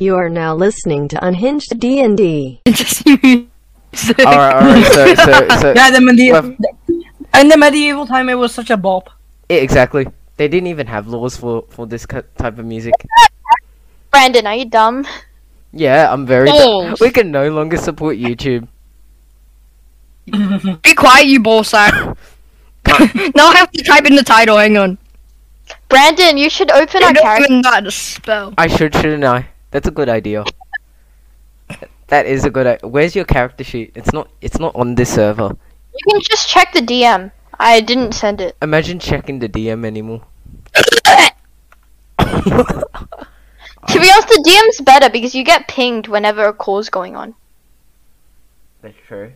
You are now listening to Unhinged D&D. All right, all right. So, so, so Yeah, the medieval. Well- In the medieval time, it was such a bop. Yeah, exactly. They didn't even have laws for for this ki- type of music. Brandon, are you dumb? Yeah, I'm very. ba- Balls. we can no longer support YouTube. Be quiet, you ball sack. now I have to type in the title. Hang on. Brandon, you should open our I don't character. even know how to spell. I should, shouldn't I? That's a good idea. That is a good. I- Where's your character sheet? It's not. It's not on this server. You can just check the DM. I didn't send it. Imagine checking the DM anymore. To be honest, the DM's better because you get pinged whenever a call's going on. That's true.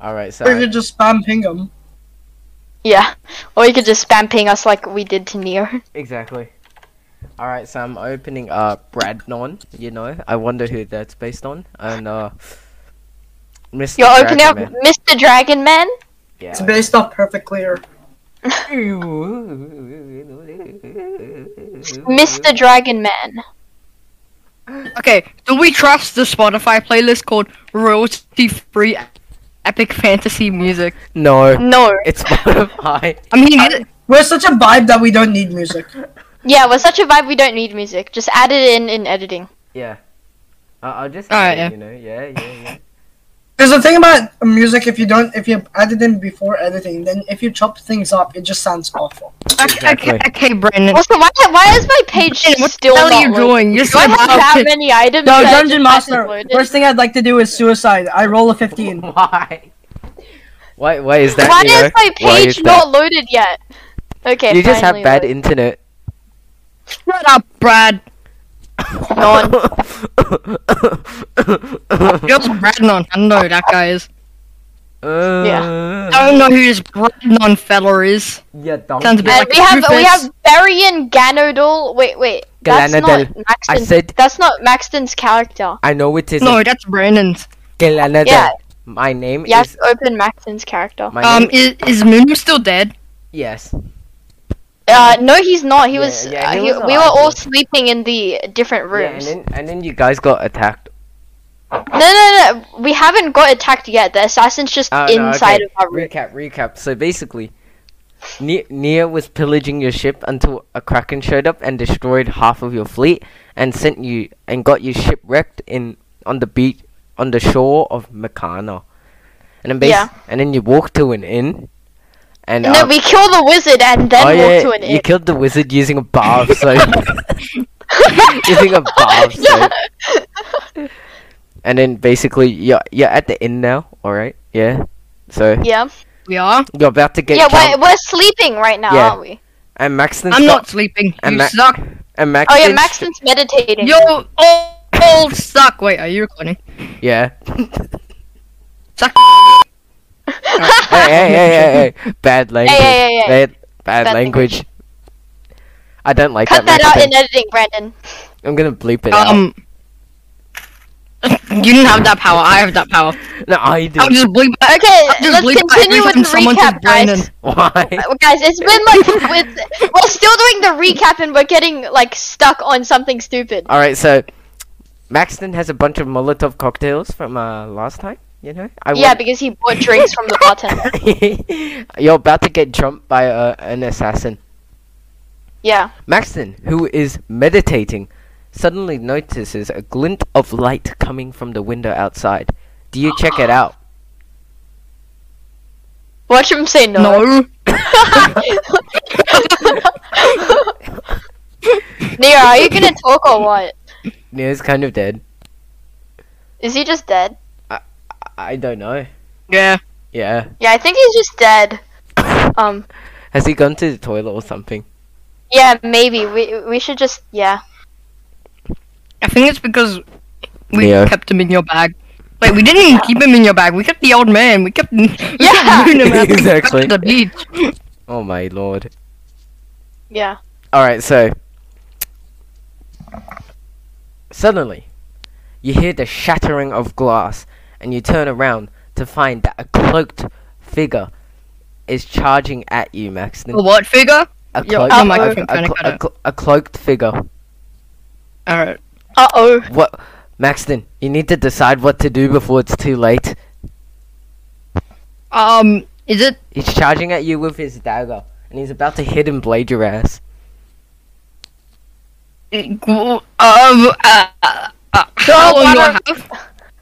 All right, so Or you could just spam ping 'em. Yeah. Or you could just spam ping us like we did to Neo. exactly. All right, so I'm opening uh Bradnon. You know, I wonder who that's based on, and uh, Mr. You're opening up Dragonman. Mr. Dragon Man? Yeah. It's based off Perfect Clear. Mr. Dragon Man. Okay, do we trust the Spotify playlist called Royalty Free Epic Fantasy Music? No, No. it's Spotify. I mean, Uh, it, We're such a vibe that we don't need music. Yeah, we're such a vibe we don't need music. Just add it in in editing. Yeah. I I'll just. All add right, it, You know, yeah, yeah, yeah. There's a thing about music if you don't if you add it in before editing, then if you chop things up, it just sounds awful. okay, okay, Exactly. okay, Brandon. Also, why, why is my page Brandon, what still the hell are not you loaded? doing? You're Do so I have that loud. many items? No, that I Dungeon just haven't Master. loaded? First thing I'd like to do is suicide. I roll a fifteen. Why? Why? Why is that? Why you know? is my Why page is that? not loaded yet? Okay, You just have finally bad loaded. internet. Shut up, Brad. on. You're Bradnon. I know who that guy is. I yeah. don't know who this Bradnon fella is. Uh, Yeah, don't. Sounds bad. And Uh, we have we Rufus. have Varian Ganodol. Wait, wait. That's not Galanadel. I Maxton. said- that's not Maxton's character. I know it is. No, that's Brandon's. Galanadel. Yeah. My name You have is. to open Maxton's character. My Um, name, is, is Moon still dead? yes. Uh, no, he's not. He Yeah, was. yeah, he uh, was we were alive, all yeah. sleeping in the different Yeah, and rooms. then and then you guys got attacked. No, no, no. We haven't got attacked yet. The assassin's just Oh, no, inside okay. of our room. Recap, recap. So basically, Ne- Nia was pillaging your ship until a kraken showed up and destroyed half of your fleet and sent you and got you shipwrecked in on the beach on the shore of Meccano. And then basi- Yeah. and then you walked to an inn. And, And then um, we kill the wizard and then oh, walk yeah, to an you inn. killed the wizard using a bar of soap. using a bar of Yeah. soap. And then basically you're you're at the inn now, alright? Yeah. So Yeah. We are. you're about to get Yeah, jumped. we're, we're sleeping right now, Yeah. aren't we? And Maxton I'm stop- not sleeping. And you Ma- suck. And Oh, Maxton. yeah, Maxton's meditating. Yo, all, all suck. Wait, are you recording? Yeah. Suck. hey, hey, hey, hey, hey. Bad language. hey, hey. Bad, bad, Bad language. I don't like Cut that. that out in language. editing, Brandon. I'm gonna bleep it out. Um, you didn't have that power. I have that power. No, I do. I'll just bleep. I'll Okay, just let's bleep out continue every with time the someone says recap, guys. Brandon. Why? Uh, Guys, it's been like with we're still doing the recap and we're getting like stuck on something stupid. All right, so Maxton has a bunch of Molotov cocktails from uh, last time. You know, I yeah, want- because he bought drinks from the bartender. You're about to get jumped by uh, an assassin. Yeah. Maxton, who is meditating, suddenly notices a glint of light coming from the window outside. Do you check it out? Watch him say no. No. Nero, are you gonna talk or what? Neo's kind of dead. Is he just dead? I don't know. Yeah. Yeah. Yeah, I think he's just dead. Um, Has he gone to the toilet or something? yeah, maybe we we should just yeah. I think it's because we Neo. kept him in your bag. Wait, we didn't even keep him in your bag. We kept the old man. We kept. We Yeah. kept moving him out to Exactly. The beach. Oh my lord. Yeah. Alright, so. Suddenly, you hear the shattering of glass, and you turn around to find that a cloaked figure is charging at you, Maxton. A what figure? A Yo, cloaked, oh a, my a, God, a I'm trying to clo- cut a it. clo- a cloaked figure. All right. Uh oh. What, Maxton? You need to decide what to do before it's too late. Um, is it? He's charging at you with his dagger, and he's about to hit and blade your ass. Um, uh, uh, uh, how long do I have?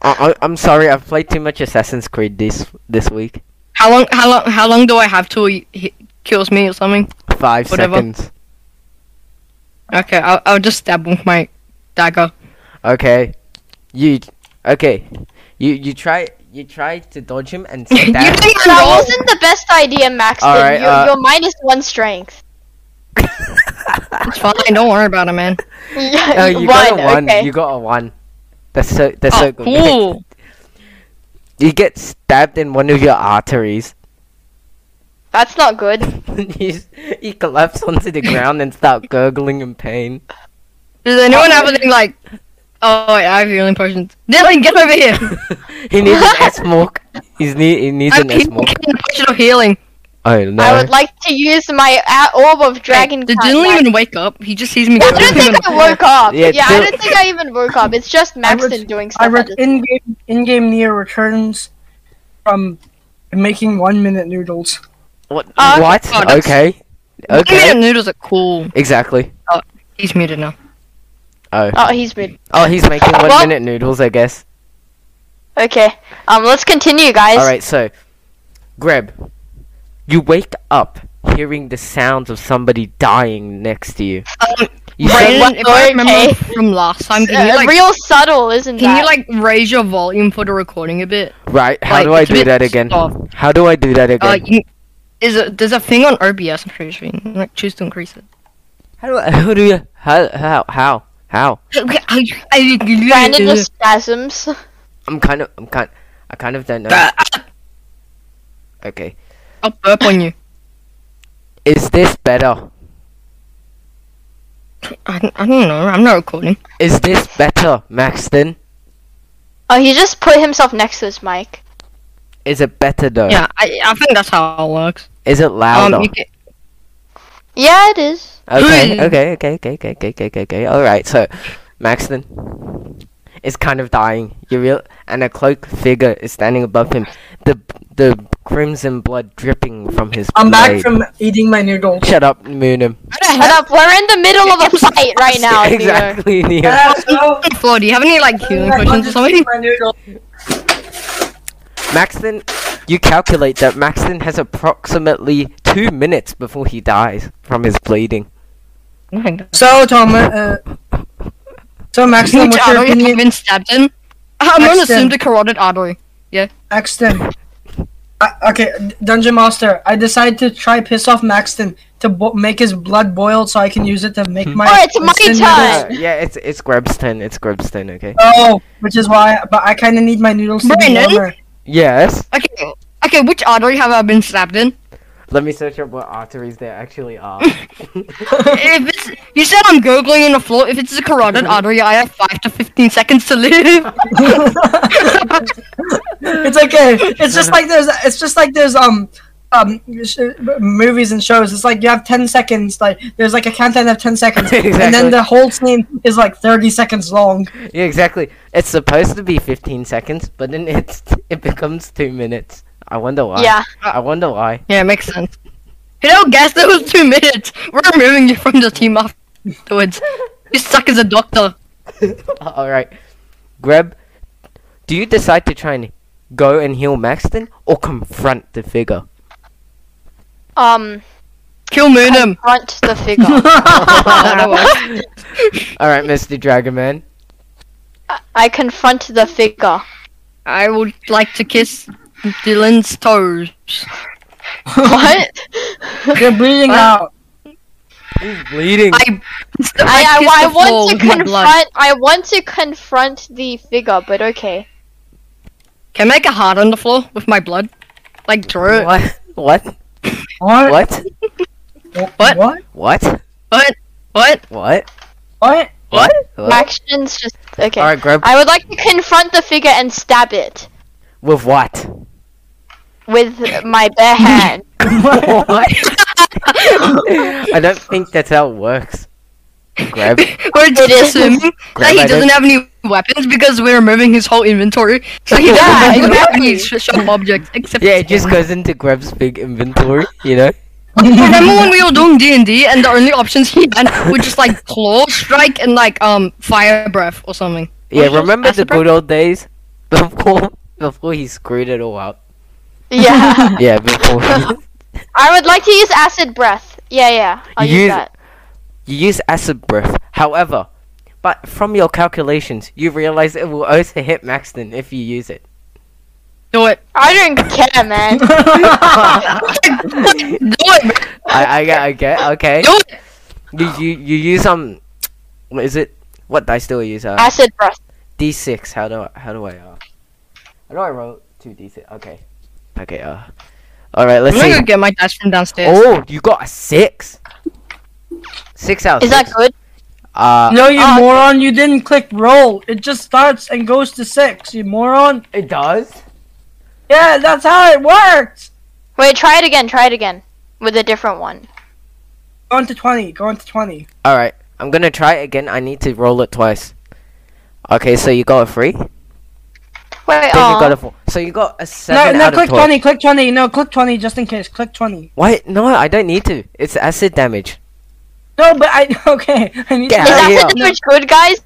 I, I, I'm sorry, I've played too much Assassin's Creed this this week. How long? How long? How long do I have till he he kills me or something? Five Whatever. seconds. Okay, I'll, I'll just stab him with my dagger. Okay, you. Okay, you you try you try to dodge him and you stab. think That I'm wrong? wasn't the best idea, Maxton. Alright, you're, uh, you're minus one strength. It's fine. Don't worry about it, man. Oh, you got a one. Okay. You got a one. That's so that's Oh, so good. cool. You get stabbed in one of your arteries. That's not good. you, s- you collapse onto the ground and start gurgling in pain. Does anyone have anything like? Oh, wait, I have healing potions. Dylan, get over here. he needs an S smoke. He's need he needs I'm an S healing, smoke. potion of healing. Oh no. I would like to use my uh, orb of dragon. Wait, Did kind. Dylan even wake up? He just sees me. I don't think I woke up. Yeah, Yeah, I Dylan- don't think I even woke up. It's just Maxton read- doing stuff. I at read this- in-game in-game near returns from making one-minute noodles. what? Uh, what? oh, that's- okay. Okay. Okay. noodles are cool. Exactly. He's muted now. Oh. Oh, he's mid. Oh, he's making Well- one minute noodles, I guess. Okay. Um, let's continue, guys. All right. So, Greb, you wake up hearing the sounds of somebody dying next to you. Um, You Right, Brayden, what- if I remember okay. from last time, Uh, can you like real subtle, isn't can that? you like raise your volume for the recording a bit? Right, how Like, do I it's a do bit that again? soft. How do I do that again? Uh, you, is it there's a thing on OBS? I'm pretty sure you can, like choose to increase it. how do I, how do you, how, how, how, how? Brandon just spasms. I'm kind of, I'm kind, I kind of don't know. Uh, Okay. I'll burp on you. Is this better? I, don't- I don't know. I'm not recording. Is this better, Maxton? Oh, he just put himself next to his mic. Is it better though? Yeah, I, I think that's how it works. Is it louder? Um, you can, Yeah, it is. okay, Mm. okay, okay, okay, okay, okay, okay, okay, okay. Alright, so, Maxton is kind of dying. You real, and a cloaked figure is standing above him. The, the crimson blood dripping from his I'm back blade. from eating my noodles. Shut up, Moonum. Shut up. uh, We're in the middle of a fight right now. Neo. exactly, Neo. Hello. Flo, do you have any like healing I potions or just something? ate my noodles. Maxton, you calculate that Maxton has approximately two minutes before he dies from his bleeding. I think that's- So Tom, uh, so Maxton, Which what's your artery have you opinion? been stabbed in? I'm gonna Next assume in. the carotid artery. Maxton. I, okay, D- Dungeon Master. I decided to try piss off Maxton to bo- make his blood boil so I can use it to make my. Oh, it's my instant turn! Uh, yeah, it's it's Grebston. It's Grebston. Okay. noodles. Oh, which is why, but I kind of need my noodles to be Brandon? warmer. Yes. Okay, okay, which artery have I been stabbed in? Let me search up what arteries there actually are. if it's you said I'm googling in the floor, if it's a carotid artery, I have five to fifteen seconds to live. it's okay. It's just like there's. It's just like there's um um sh- movies and shows. It's like you have ten seconds. Like there's like a countdown of ten seconds, and Exactly. then the whole scene is like thirty seconds long. yeah, exactly. It's supposed to be 15 seconds, but then it's it becomes two minutes. I wonder why. Yeah. I wonder why. Yeah, it makes sense. You know, guess that was two minutes. We're removing you from the team afterwards. You suck as a doctor. All right, Greb, do you decide to try and go and heal Maxton or confront the figure? Um, Kill Moonum. confront the figure. All right, Mr. Dragoman. I confront the figure. I would like to kiss Dylan's toes. What? You're bleeding out. He's bleeding. I, I, I, I, kiss I the floor want to with my blood. confront. I want to confront the figure, but okay. Can I make a heart on the floor with my blood? Like draw it. What? What? What? What? What? What? What? What? What? What? What? What? Actions just okay. Alright, grab I would like to confront the figure and stab it with what? with my bare hand. what? I don't think that's how it works. Grab- we're just is. assuming that Grab he at it. doesn't have any weapons because we're removing his whole inventory. So he doesn't Yeah, have exactly. any sh- sharp objects except Yeah, it just goes into Grab's big inventory, you know? Oh, Remember when we were doing D and D, and the only options he had were just like claw strike and like um fire breath or something. Yeah, Or just remember the acid breath? good old days? Before before he screwed it all up. Yeah. Yeah, before he- I would like to use acid breath. Yeah, yeah. I'll You- use that. you use acid breath. However, but from your calculations, you realize it will also hit Maxton if you use it. Do it. I don't care, man. Do it. man. I I get I get okay. Do it. You you you use um, what is it? What dice do I use? Uh, acid breath. D six. How do I, how do I uh, how do I roll two D six? Okay, okay. Uh, all right. Let's I'm gonna see. go get my dice from downstairs. Oh, you got a six. Six out. of Is that six. good? Uh, No, you Uh, moron! You didn't click roll. It just starts and goes to six. You moron! it does. Yeah, that's how it works. Wait, try it again. Try it again with a different one. Go on to twenty. Go on to twenty. All right. I'm gonna try it again. I need to roll it twice. Okay, so you got a three. Then Wait, you got oh, a four. So you got a No, seven no, out of click twelve. twenty. Click twenty. No, click twenty just in case. Click twenty. What? No, I don't need to. It's acid damage. No, but I okay. I need. Yeah, is Hell to know- acid damage good, guys?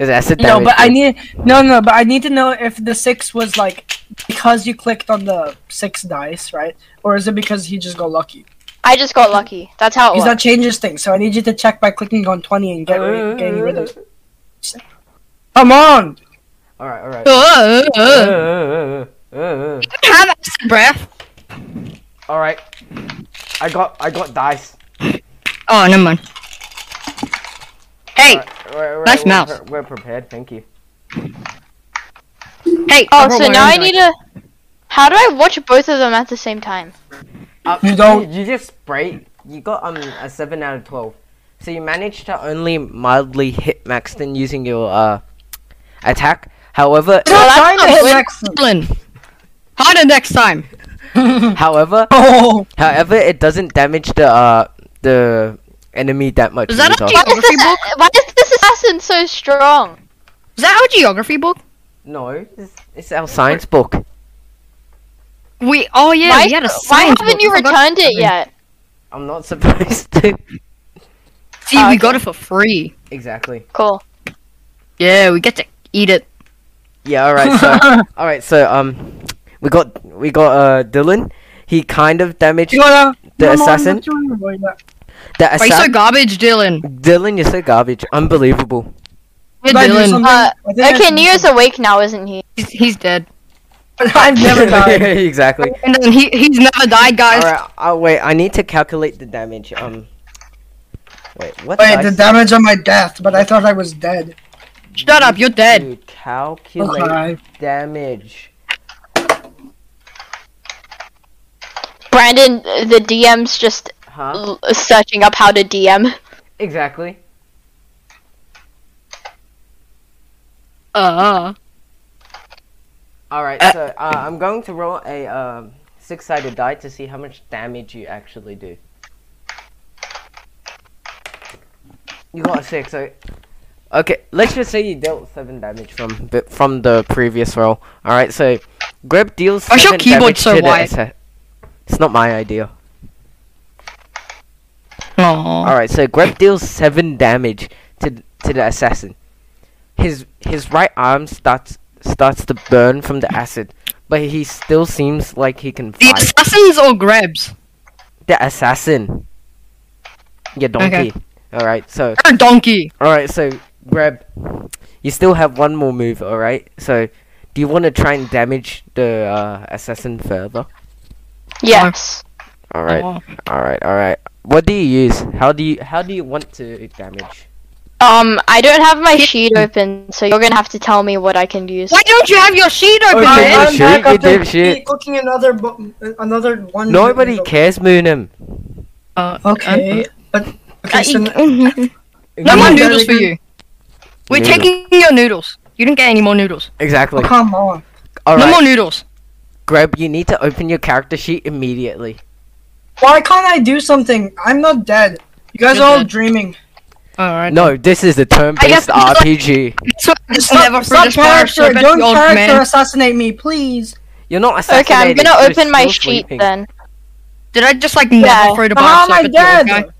It's acid No, damage. but I dude. need no, no, but I need to know if the six was like because you clicked on the six dice, right? Or is it because he just got lucky? I just got lucky. That's how it Because that works. changes things. So I need you to check by clicking on twenty and get Uh, Uh, rid, getting rid of. Come on! All right, all right. Uh, uh, uh. All Have acid breath. right. I got I got dice. Oh, never mind. Hey, Alright, alright, alright, nice we're mouse. pre- we're prepared. Thank you. hey. Oh, brought so my now own I dice. need to. How do I watch both of them at the same time? Uh, You don't- You, just spray. You got um a seven out of twelve. So you managed to only mildly hit Maxton using your uh attack. However, that's Trying to not hit good. Maxton. Flynn. Harder next time. however, Oh, however, it doesn't damage the uh the enemy that much. Is that either. okay? Why is this? Why is this assassin so strong? Is that our geography book? No, it's, it's our science book. We. Oh yeah, why, we had a why science haven't book. you I forgot returned it something. yet? I'm not supposed to. See, Oh, we okay. got it for free. exactly. Cool. Yeah, we get to eat it. Yeah, all right. So, all right. So, um, we got we got uh Dylan. He kind of damaged you wanna the come on, assassin. what you wanna worry about? The Why you so assassin. garbage, Dylan? Dylan, you're so garbage. Unbelievable. Yeah, Did I do Dylan. something? Uh, I think I Okay, did Neo's awake now, isn't he? He's, he's dead. something. I've never died. exactly. And then he he's never died, All guys. right. Oh wait, I need to calculate the damage. Um. Wait. What? Wait, the dice damage on my death, but I thought I was dead. Shut up, you're dead. to calculate Okay. damage. Brandon, uh, the DM's just Huh? l- searching up how to DM. Exactly. Uh. All right. So uh, I'm going to roll a um six-sided die to see how much damage you actually do. You got a six. So. Okay, let's just say you dealt seven damage from the, from the previous roll. All right, so Grab deals. Why's your seven keyboard damage so to the wide? assa- It's not my idea. Aww. uh. All right, so Grab deals seven damage to th- to the assassin. His his right arm starts starts to burn from the acid, but he still seems like he can The fight. assassins or grabs? The assassin. Yeah, donkey. All right, so Or donkey? all right, so Grab, you still have one more move. All right, so do you want to try and damage the uh, assassin further? Yes. All right, Oh. all right, all right. What do you use? How do you how do you want to damage? Um, I don't have my sheet open, so you're gonna have to tell me what I can use. Why don't you have your sheet open? Okay, man? you shit, you after did shit. cooking another, bu- another one. Nobody can. cares, Moonim. Uh, Okay, but okay, so n- uh, no more noodles for you. We're Noodle. taking your noodles. You didn't get any more noodles. Exactly. come on. All No right, more noodles. Grab. You need to open your character sheet immediately. Why can't I do something? I'm not dead. You guys You're are all dead. dreaming. Alright. No, this is a turn-based guess I'm just like- RPG. So I just Stop, never stop stop character, don't old character man. assassinate me, please. You're not Okay, I'm assassinated. gonna you're open my still sheet sleeping. then. Did I just like Yeah. never throw the But bar how am I slap at the old dead? guy?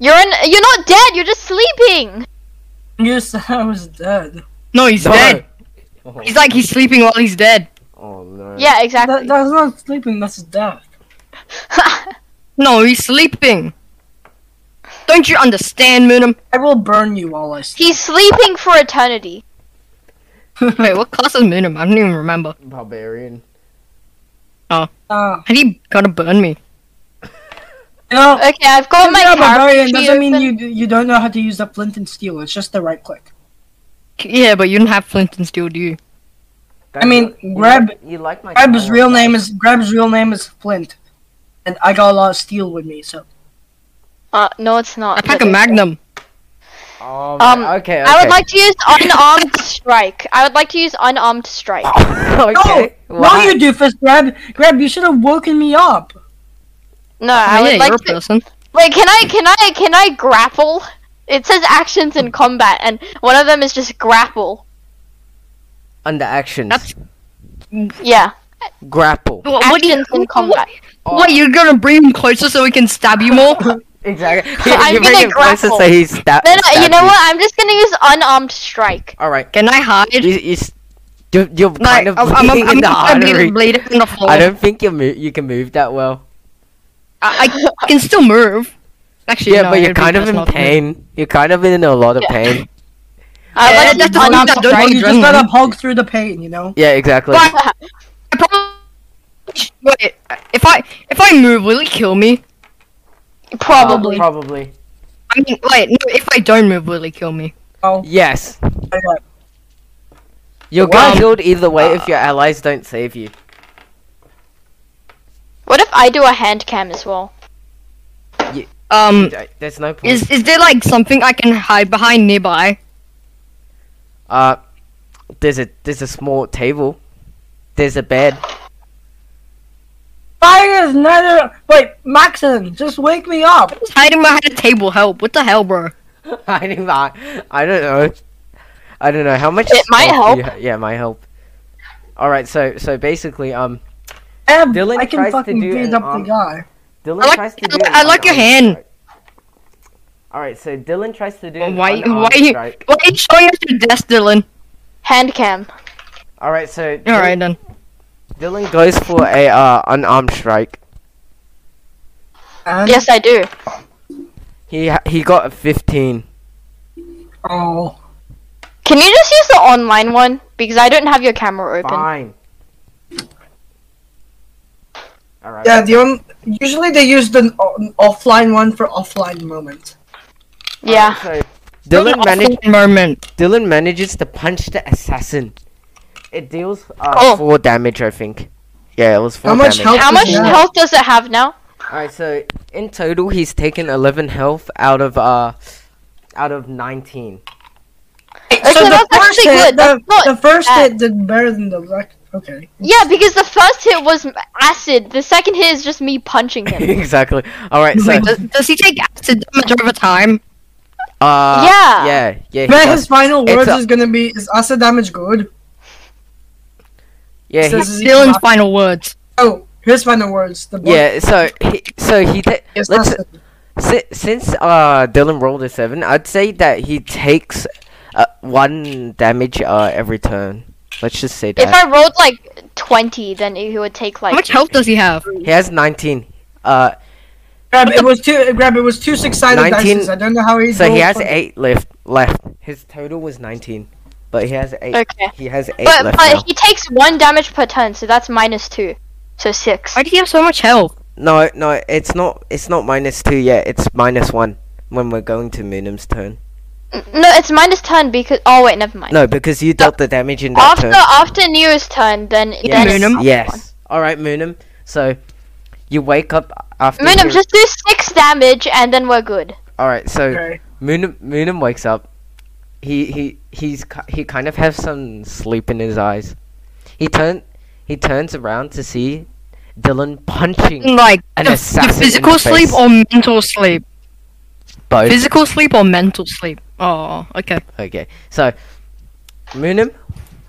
You're in. You're not dead. You're just sleeping. You said I was dead. No, he's No. dead. Oh, He's like he's sleeping while he's dead. oh, no. Yeah, That, exactly. that's not sleeping, that's death. No, he's sleeping. Don't you understand, Moonum? I will burn you while I sleep. He's sleeping for eternity. Wait, what class is Moonum? I don't even remember. Barbarian. Uh, And he gonna burn me. you know, Okay, I've got my you're a barbarian character sheet doesn't mean open. you you don't know how to use the flint and steel. It's just the right click. Yeah, but you don't have flint and steel, do you? That's mean, what- you Grab- like- you like my Greb's style, real right? name is Greb's real name is Flint, and I got a lot of steel with me. So Uh, no, it's not. I pack a but- magnum. Oh, Um, man, okay, okay. I would like to use unarmed strike. I would like to use unarmed strike. okay. no, why? no, you doofus, Greb. Greb, you should have woken me up. No, Oh, I would yeah, like you're a to. person. Wait, can I can I can I grapple? It says actions in combat, and one of them is just grapple. Under actions. That's- Yeah, Grapple. What, what do you- actions in combat. Oh, What, you're gonna bring him closer so we can stab you more? Exactly. I'm you bring gonna him closer so grapple. he's sta- No, no, you stabs know what? I'm just gonna use unarmed strike. All right. Can I hide? You, you, s- you, you're kind of I'm- I'm- I'm bleeding in the gonna be artery. bleeding on the floor. I don't think you mo- you can move that well. I, I can still move. Actually, yeah, no, but you're it'd be kind of best in not to. pain. You're kind of in a lot of Yeah. pain. Yeah, I would like that's to all unarmed that does. strike. Well, you just Adrenaline. gotta hug through the pain, you know. Yeah, exactly. But I probably. Wait, if I if I move, will it kill me? Uh, Probably. Uh, Probably. I mean, wait, no, if I don't move, will it kill me? Oh, Yes. I got- You're Well, uh, getting killed either way if your allies don't save you. What if I do a hand cam as well? Um, D- There's no point. is is there like something I can hide behind nearby? Uh, there's a there's a small table. There's a bed. Fire is neither. Wait, Maxon, just wake me up. Just hiding behind a table, help! What the hell, bro? I don't know. I don't know. I don't know how much. It might health do you ha- yeah, it might help. All right. So so basically, um, Em, Dylan I can tries to fucking do beat an up arm- the guy. Dylan I like- tries to I do. like- an I like your unarmed hand. strike. All right. So Dylan tries to do. an Why why unarmed you why strike. are you showing us your desk, Dylan? Hand cam. All right. So All right then. Dylan goes for a uh unarmed strike. And, Yes, I do. He ha- he got a fifteen. Oh. Can you just use the online one because I don't have your camera open. Fine. All right. Yeah, the on- usually they use the o- offline one for offline moment. Yeah. So Dylan managed moment. Dylan manages to punch the assassin. It deals uh, Oh. four damage, I think. Yeah, it was four How much damage. health- How much Yeah. health does it have now? Alright, so in total, he's taken eleven health out of uh, out of nineteen. Okay, that's actually The, good. That's not the first bad. hit did better than the second. Okay. Yeah, because the first hit was m- acid. The second hit is just me punching him. exactly. Alright, so Wait, does, does he take acid damage over time? uh, Yeah. yeah, yeah, he Man, does. his final It's words a- is gonna be is acid damage good? yeah, he, Says Ezekiel Dylan's Mac- final words. Oh, his final words. The book yeah. So he, so he. Ta- is let's acid. si- since uh Dylan rolled a seven, I'd say that he takes uh, one damage uh every turn. Let's just say if that I rolled like twenty, then he would take How like. much health does he have? he has nineteen. Uh, Grab it was two. Grab it was two six-sided 19 dice. I don't know how he. So he rolled has for- eight left. Left. His total was nineteen, but he has eight. Okay. He has eight But left but he takes one damage per turn, so that's minus two, so six. Why do you have so much health? now. No, no, it's not. It's not minus two yet. It's minus one when we're going to Moonum's turn. N- No, it's minus turn because. Oh wait, never mind. No, because you dealt the damage in that after turn. after Nero's turn, then Yes. then Moonum. Yes. All right, Moonum. So you wake up after. Moonum, your- just do six damage and then we're good. All right. So Okay. Moonum Moonum wakes up. He he he's ki- he kind of has some sleep in his eyes. He turn he turns around to see Dylan punching Like the- An Mm. the assassin in physical the face. sleep or mental sleep? Both. Physical sleep or mental sleep? Oh, okay. okay. So, Moonim,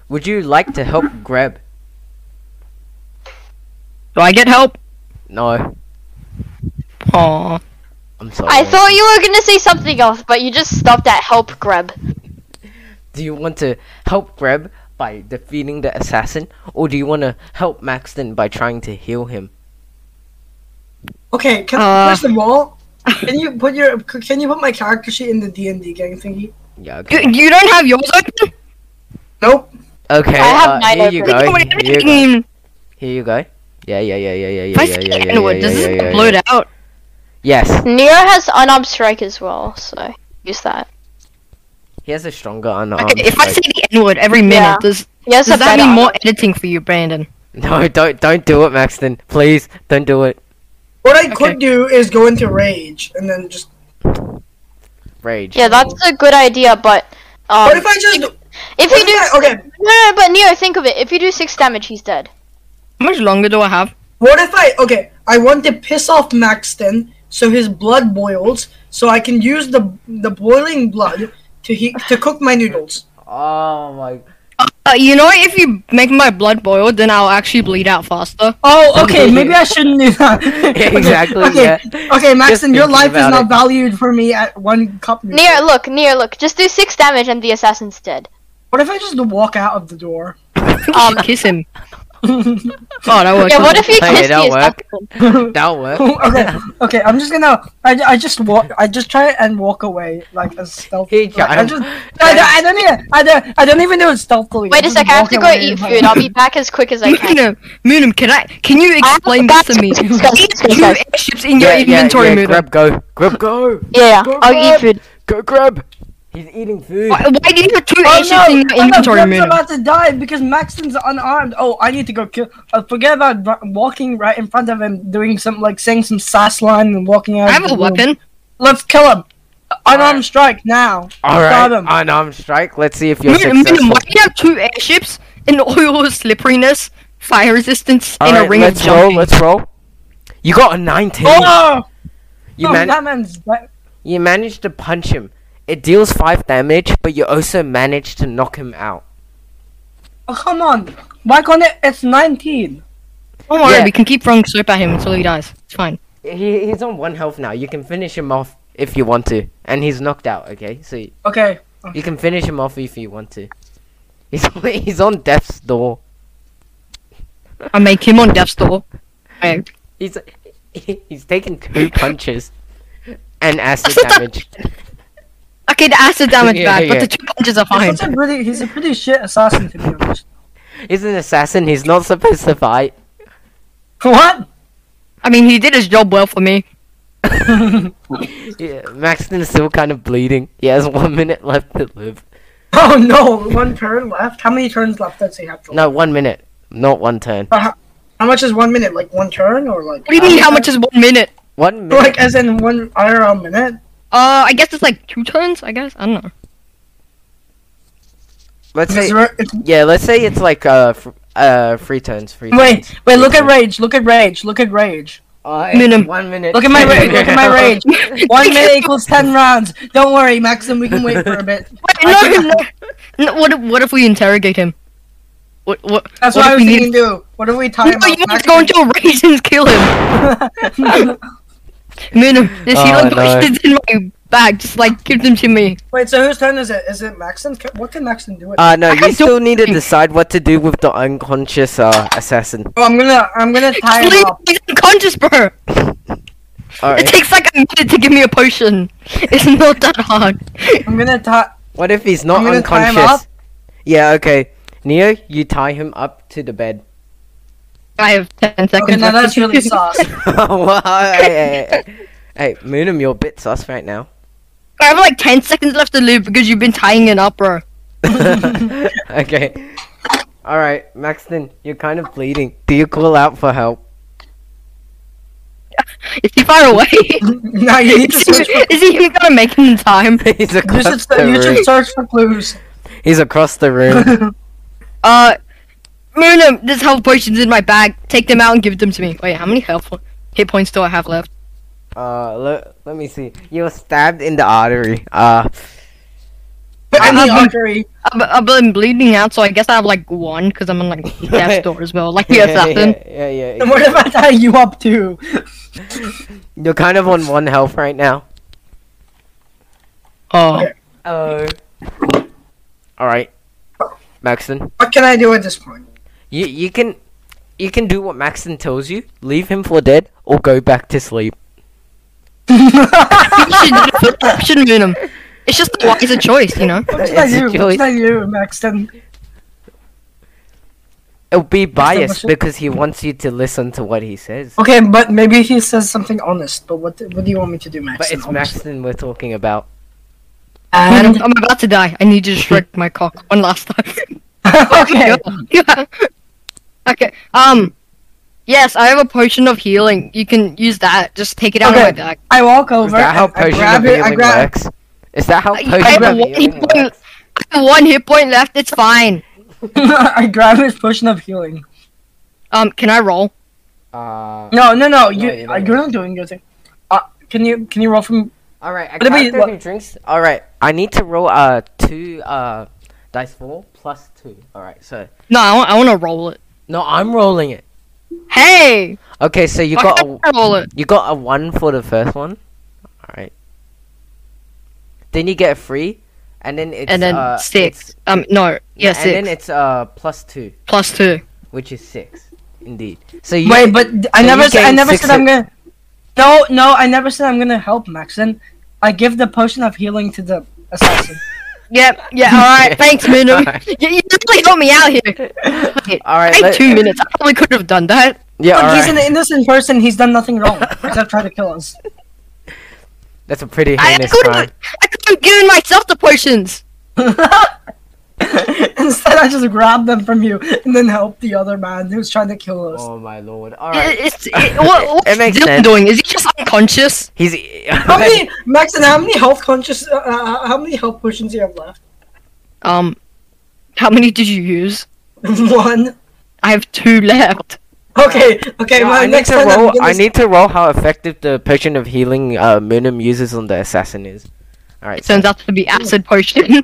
would you like to help grab? Do I get help? No, Oh, I'm sorry. I thought you were gonna say something else, but you just stopped at help grab. Do you want to help grab by defeating the assassin, or do you want to help Maxton by trying to heal him? Okay, can Uh. first of all, can you put your can you put my character sheet in the D and D gang thingy? Yeah. you, Okay. you don't have yours open. Nope. okay I have uh, mine here you open. go. Wait, Here wait, you go. wait. Here you go. Yeah, yeah, yeah, yeah, yeah, If yeah, I yeah, say yeah, yeah, N-word, yeah, does yeah, this yeah, get yeah, blurred yeah. out? Yes, Neo has unarmed strike as well, so use that. he has a stronger unarmed. Okay, if I say strike. the N-word every minute, Yeah. does, Yes, does that mean more editing for you, Brandon? no, don't, don't do it, Maxton. Please, don't do it. What I Okay. could do is go into rage and then just. Rage. Yeah, that's a good idea, but um, What if I just? what if if you do I- okay. no, no, but Neo, think of it. If you do six damage, he's dead. How much longer do I have? What if I? Okay, I want to piss off Maxton so his blood boils, so I can use the the boiling blood to heat to cook my noodles. Oh my. Uh, you know, what? if you make my blood boil, then I'll actually bleed out faster. Oh, okay. Maybe I shouldn't do that. Okay, Exactly, Okay, yeah. okay, Maxton, your thinking life is about not it. valued for me at one cup. noodle. Neo, look, Neo, look. Just do six damage, and the assassin's dead. What if I just walk out of the door? Um, kiss him. Oh, that worked. Yeah, what if you Hey, kissed that the work? assassin? That'll work. okay, okay. I'm just gonna. I, I just walk. I just try and walk away like as stealthily. Hey, Like, I John. just. I don't, I don't even. I don't. I don't even do it stealthily. Wait a just sec, I have walk to go away eat like- food. I'll be back as quick as I can. Moonum, Moonum, uh, can I? Can you I have explain to this to me? back- Each two airships in your Yeah, yeah, inventory, yeah, Moonum. Grab, go, grab, go, Yeah, Go I'll grab. eat food. go, grab. He's eating food. Why, why do you have two Oh airships no! in your inventory, I'm Moonum? about to die because Maxton's unarmed. Oh, I need to go kill. Uh, forget about r- walking right in front of him, doing some like saying some sass line and walking out. I of have the a room. weapon. Let's kill him. Unarmed Alright. strike now. All right, Stab him. unarmed strike. Let's see if you're Moonum, Moonum, successful. why do you have two airships in all your slipperiness, fire resistance, All and right, a ring of let's roll. jumping? Let's roll. You got a 19. Oh, you oh, man- that man's. That- you managed to punch him. It deals five damage, but you also managed to knock him out. oh, come on. Why can't it? It's 19. Don't worry, Yeah. we can keep throwing soap at him until he dies. It's fine. He, he's on one health now. You can finish him off if you want to, and he's knocked out. Okay, so you, Okay. can finish him off if you want to. He's on, he's on death's door. I make him on death's door. Okay. He's he's taken two punches and acid Acid damage. Okay, the acid damage Yeah, bad, yeah. but the two punches are fine. He's such a pretty. He's a pretty shit assassin to be honest. He's an assassin. He's not supposed to fight. What? I mean, he did his job well for me. Yeah, Maxton's still kind of bleeding. He has one minute left to live. Oh no! One turn left. How many turns left does he have? to- No, one minute, not one turn. Uh, how- how much is one minute? Like one turn or like? What do you mean? How much is one minute? One minute. Like as in one IRL minute? Uh, I guess it's like two turns. I guess I don't know. Let's Is say there- it's- yeah. Let's say it's like uh fr- uh three turns. Three. wait, turns, wait! three Look at turns. rage! Look at rage! Look at rage! I- Minim. One minute. Look at my rage! Look at my rage! One minute equals ten rounds. Don't worry, Maxim. We can wait for a bit. Wait, no, no, no. What if what if we interrogate him? What what? That's what what I if was we thinking. Do what are we No, talking you about? must go into a rage and kill him. Maxim? Minimum. This Oh, healing no. potion's in my bag. Just like give them to me. wait, so whose turn is it? Is it Maxim? What can Maxim do? It? Uh no, I you don't still need to think- decide what to do with the unconscious uh assassin. oh, I'm gonna, I'm gonna tie Just him leave. up. He's unconscious, bro. All It right. takes like a minute to give me a potion. It's not that hard. I'm gonna tie. What if he's I'm not gonna tie him unconscious? Yeah. Okay. Neo, you tie him up to the bed. I have ten seconds. Okay, now left. that's really sauce. Why? hey, hey, hey. hey, Moonum, you're a bit sus right now. I have like ten seconds left to live because you've been tying it up, bro. okay. All right, Maxton, you're kind of bleeding. Do you call out for help? Is he far away? now you need to is, search he, for. is he even gonna make it in time? He's You across should, the you room. should search for clues. He's across the room. Uh, Moonum, there's health potions in my bag. Take them out and give them to me. Wait, how many health po- hit points do I have left? uh, look, Let me see. You were stabbed in the artery. Uh, And the I'm- artery. I've, I've been bleeding out, so I guess I have like one because I'm in like death door as well, like the assassin. yeah, yeah, And what about that? You up to? You're kind of on one health right now. Oh, Oh. All right, Maxon. What can I do at this point? You you can you can do what Maxon tells you. Leave him for dead, or go back to sleep. you should, you should moon him. It's just a wiser choice, you know. What should It's a I do? What choice. should I do, Maxton? It'll be biased Maxon. because he wants you to listen to what he says. Okay, but maybe he says something honest. But what? What do you want me to do, Maxton? oh, But it's honestly? Maxon we're talking about. Man, I'm, And I'm about to die. I need you to stroke my cock one last time. okay, Yeah. okay. Um. Yes, I have a potion of healing. You can use that. Just take it out Okay. of my bag. I walk over. Is that how and Oh, I potion grab of it. I healing grab. works? Is that how I- I Oh, potion have of one healing point- works? One hit point left. It's fine. I grab his potion of healing. Um. Can I roll? Uh, No, no, no. You, you you don't. are not doing your thing. Uh, can you can you roll from? all right. I Let me- character who drinks. All right. I need to roll uh two uh dice four plus two. All right. So No, I want, I want to roll it. no, I'm rolling it. Hey, Okay. So you I got a, wanna roll it. you got a one for the first one. All right. Then you get a three, and then it's And then uh, six. it's- Um. No. Yeah. and then Six it's uh plus two, plus two. which is six indeed. So you Wait, but th- I so never you said I gain never six said I'm hit- gonna. No, no, I never said I'm gonna help Maxon. I give the potion of healing to the assassin. Yep. Yeah. All right. Thanks, Minum. Alright. you, you really helped me out here. Wait, all right. I had let- two minutes. I probably could have done that. Yeah. Look, All he's right. an innocent person. He's done nothing wrong except try to kill us. That's a pretty I, I heinous could crime. have. I could have given myself the potions. Instead, I just grab them from you and then help the other man who's trying to kill us. Oh my lord. All right. It, it's it, what, what's It makes Dylan sense. doing? Is he just unconscious? He's How many, Maxon? How many health conscious? Uh, uh, how many health potions do you have left? Um, how many did you use? One. I have two left. Okay, okay. Yeah, well, I need next to time I'm roll. gonna I need to roll how effective the potion of healing uh, Minim uses on the assassin is. All right. It turns out to be acid potion.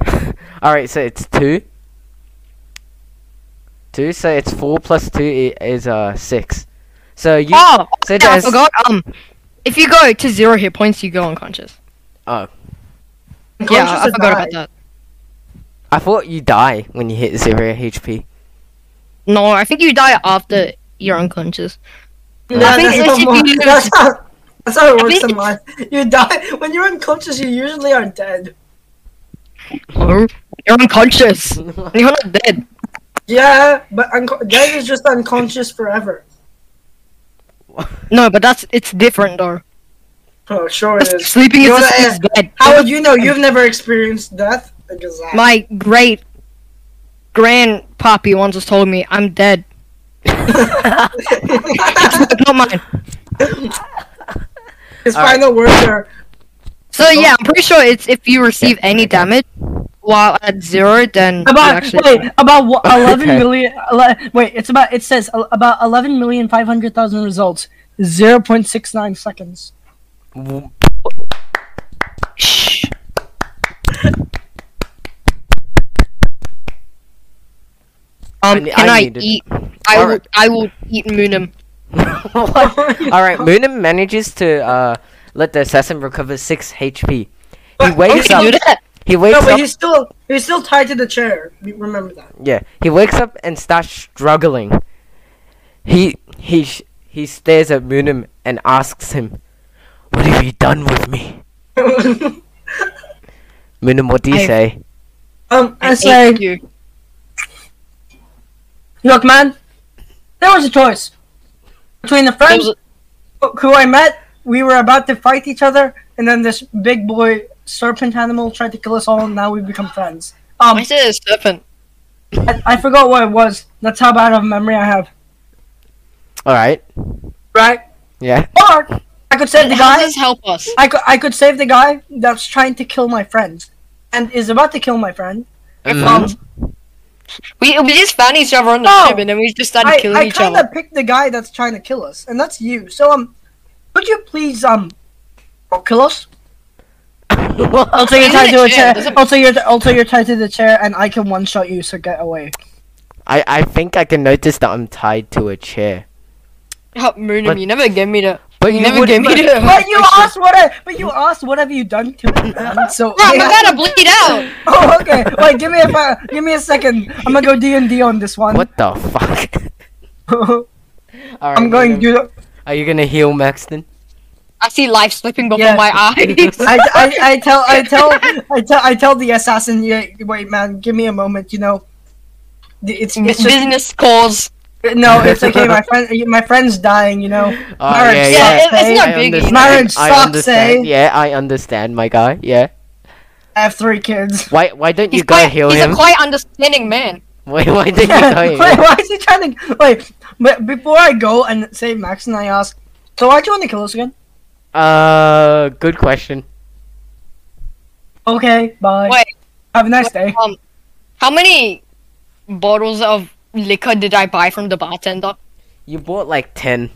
All right. So it's two. Two. So it's four plus two i- is uh six. So you. oh, so yeah, I there's- forgot. Um, if you go to zero hit points, you go unconscious. yeah, I conscious I forgot die. about that. I thought you die when you hit zero HP. No, I think you die after you're unconscious. I think that's, it how should mo- be- that's how, that's how it I works think in life. You die when you're unconscious. You usually are dead. Hello? You're unconscious. You're not dead. Yeah, but unco- dead is just unconscious forever. No, but that's it's different though. Oh, sure it is. Sleeping You is know just what I- is dead. How would you know? You've never experienced death. Exactly. My great grandpappy once just told me I'm dead. Uh, not mine. His All right. final words are So Oh. yeah, I'm pretty sure it's if you receive any damage while at zero, then you about actually wait about wha- eleven Okay. million. Ele- wait, it's about it says uh, about eleven million five hundred thousand results. Zero point six nine seconds. W- Shh. Um, I ne- can I I, needed- eat? I will. Alright. I will eat Moonim. All right. Minim manages to uh let the assassin recover six HP. He But- wakes Okay, do up. that. He wakes No, up. but he's still he's still tied to the chair. Remember that. Yeah, he wakes up and starts struggling. He he sh- he stares at Munim and asks him, "What have you done with me, Munim? What do you I've- say?" um, I say, Thank you. look, man, there was a choice between the friends Those- who- who I met. We were about to fight each other, and then this big boy serpent animal tried to kill us all, and now we've become friends. Um, I said a serpent. I, I forgot what it was. That's how bad of a memory I have. All right, Right? yeah. Or I could save the How guy. does this help us? I could I could save the guy that's trying to kill my friend, and is about to kill my friend. Mhm. Um, We we just found each other on the No. ship and then we just started I, killing I each kinda other. picked the guy that's trying to kill us, and that's you. So um, could you please um, Oculus. Mm-hmm. What? Also, you're Isn't tied it to a shit? chair. Does it- Also, you're also you're tied to the chair, and I can one shot you. So get away. I, I think I can notice that I'm tied to a chair. Help Moonum, But- you never gave me the. But You you never would gave me the. But you asked what? I, but you asked what have you done to it? man, So Bro, I'm about to bleed out. oh, okay. Wait, give me a fi- give me a second. I'm gonna go D and D on this one. What the fuck? Alright, I'm going to Moonum, do. the- Are you gonna heal Maxton? I see life slipping before Yeah. my eyes. I, I, I tell I tell I tell I tell the assassin. Yeah, wait, man. Give me a moment. You know, The- it's it's just Business calls. no. It's okay. My friend, my friend's dying. You know. Oh, Marriage yeah, Yeah, yeah. it- it's not big. I understand, Marriage I sucks, understand. eh? Yeah, I understand, my guy. Yeah. I have three kids. Why why don't He's you go quite. heal He's him? a quite understanding man. why, why don't you go wait, heal him? why is he trying to wait? But before I go and say Max and I ask, so why do you want to kill us again? Uh, good question. Okay, bye. Wait. Have a nice day. Um, how many bottles of liquor did I buy from the bartender? You bought like 10.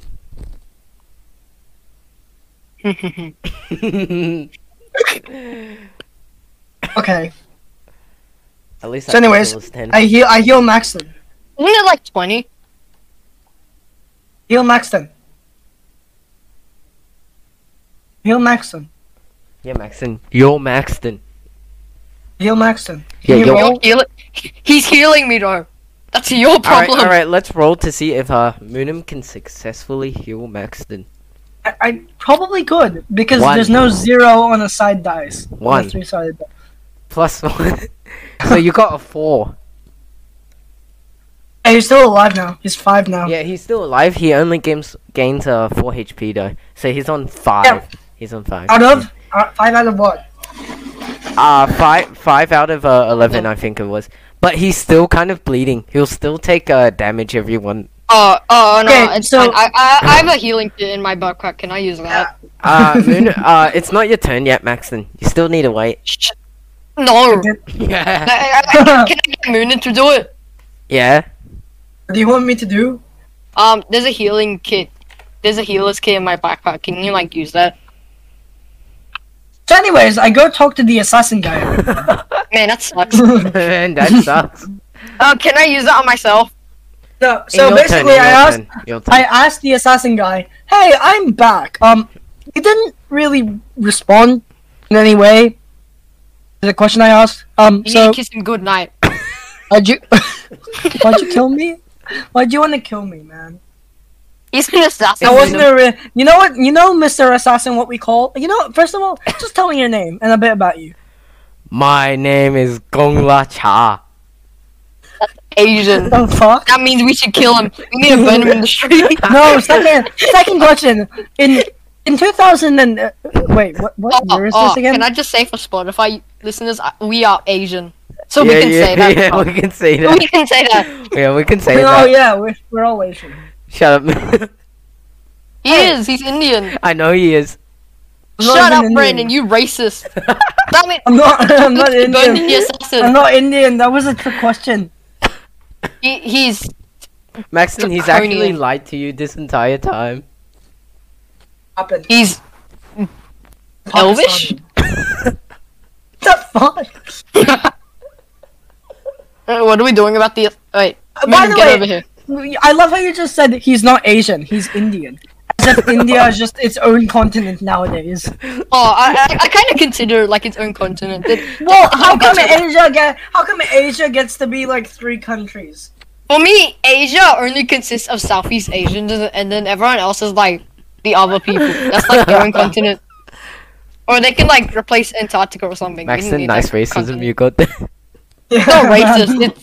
At Okay. least So I thought anyways, it was 10. I heal. I heal Maxton. Isn't it like 20? Heal Maxton. Heal Maxton. Yeah, Maxton. Yo, Maxton. Heal Maxton. Yeah, Can you yo. roll? You're heal- he's healing me though. That's your Alright, problem. alright, let's roll to see if uh, Moonim can successfully heal Maxton. I, I probably could because One. there's no zero on a side dice. On a One. three-sided die. Plus one. so you got a 4. Hey, he's still alive now. He's five now. Yeah, he's still alive. He only gains, gains uh, 4 HP though. So he's on 5. He's on 5. Out of uh, five out of what? Uh, five, five out of uh, eleven, I think it was. But he's still kind of bleeding. He'll still take uh damage. Everyone. Oh, oh no, Okay, it's so- fine. I, I, I have a healing kit in my backpack. Can I use that? Uh, Moon, uh, it's not your turn yet, Maxton. You still need to wait. Sh- No. I- Yeah. I- I- can I get Moonin to do it? Yeah. What do you want me to do? Um, there's a healing kit. There's a healer's kit in my backpack. Can you like use that? So, anyways, I go talk to the assassin guy. Man, that sucks. Man, that sucks. uh, can I use that on myself? No, Your so turn, basically, your I asked, turn, your turn. I asked the assassin guy, "Hey, I'm back." Um, he didn't really respond in any way to the question I asked. Um, You so need to kiss him goodnight. why'd you why'd you kill me? Why'd you want to kill me, man? He's an assassin. I wasn't Moonin. a re- you know what you know, Mister Assassin. What we call you know? First of all, just tell me your name and a bit about you. My name is Gongla Cha. Asian. The fuck? That means we should kill him. We need to burn him in the street. No, second second question in. In 2000 and uh, wait, what what Oh, year is oh, this again? Can I just say for Spotify listeners, I- we are Asian, so Oh, we can say that. Yeah, we can say that. We can say that. yeah, we can say oh that. yeah, we're, we're all Asian. Shut up. He is. He's Indian. I know he is. I'm not Shut even up, Indian. Brandon. You racist. Damn it. I'm not. I'm not Let's burn the Indian. I'm assassin. not Indian. That was a trick question. He, he's Maxton, he's actually Draconian. lied to you this entire time. Happened. he's elvish. What the fuck? Uh, What are we doing about the? Wait, Uh, By man, the get way- over here. I love how you just said he's not Asian. He's Indian. As if India is just its own continent nowadays. Oh, I, I, I kind of consider it like its own continent. It- Well, how come gotcha. Asia get? How come Asia gets to be like three countries? For me, Asia only consists of Southeast Asians, and then everyone else is like the other people. That's like their own continent. Or they can like replace Antarctica or something. We didn't Maxton, need nice that racism continent. you got there. It's not racist. It's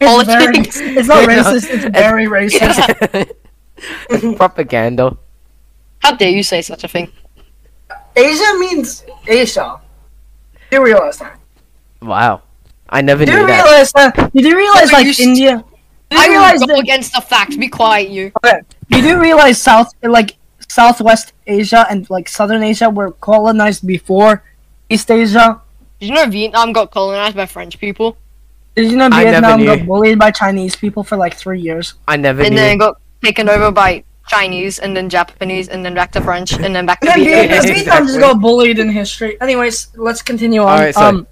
It's, very- politics. it's not No. racist. It's very racist. It's propaganda. How dare you say such a thing? Asia means Asia. Do you realize that? Wow. I never Do knew you that. realize that? You do realize But you like st- India? Do I you realize will go that? against the facts. Be quiet, you. Okay. You do realize South, like Southwest Asia and like Southern Asia were colonized before East Asia. Did you know Vietnam got colonized by French people, Did you know I never Vietnam knew. got bullied by Chinese people for like three years? I never and knew. then got taken over by Chinese and then Japanese and then back to French and then back to And then Vietnamese. Exactly. Vietnam, Vietnam just got bullied in history. Anyways, let's continue on. Alright, sorry. um,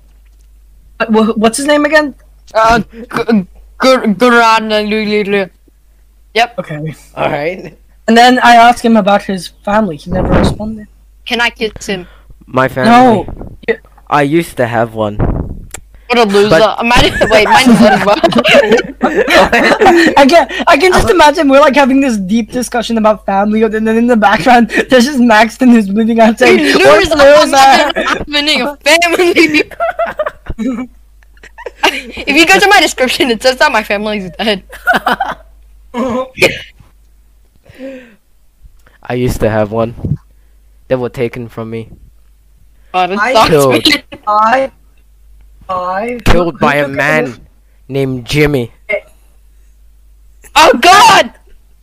uh, wh- what's his name again? Uh, gu- gu- Guran- Yep. Okay. All right. And then I asked him about his family. He never responded. Can I kiss him? My family. No. I used to have one. What a loser! But- Imagine, wait, mine's over. I can I can just imagine we're like having this deep discussion about family, and then in the background there's just Maxton who's bleeding out saying, You "What lose a I'm loser." happening a family. if you go to my description, it says that my family's dead. I used to have one. They were taken from me. Oh, that I- sucks. Killed. I, I Killed by a man named Jimmy. oh God!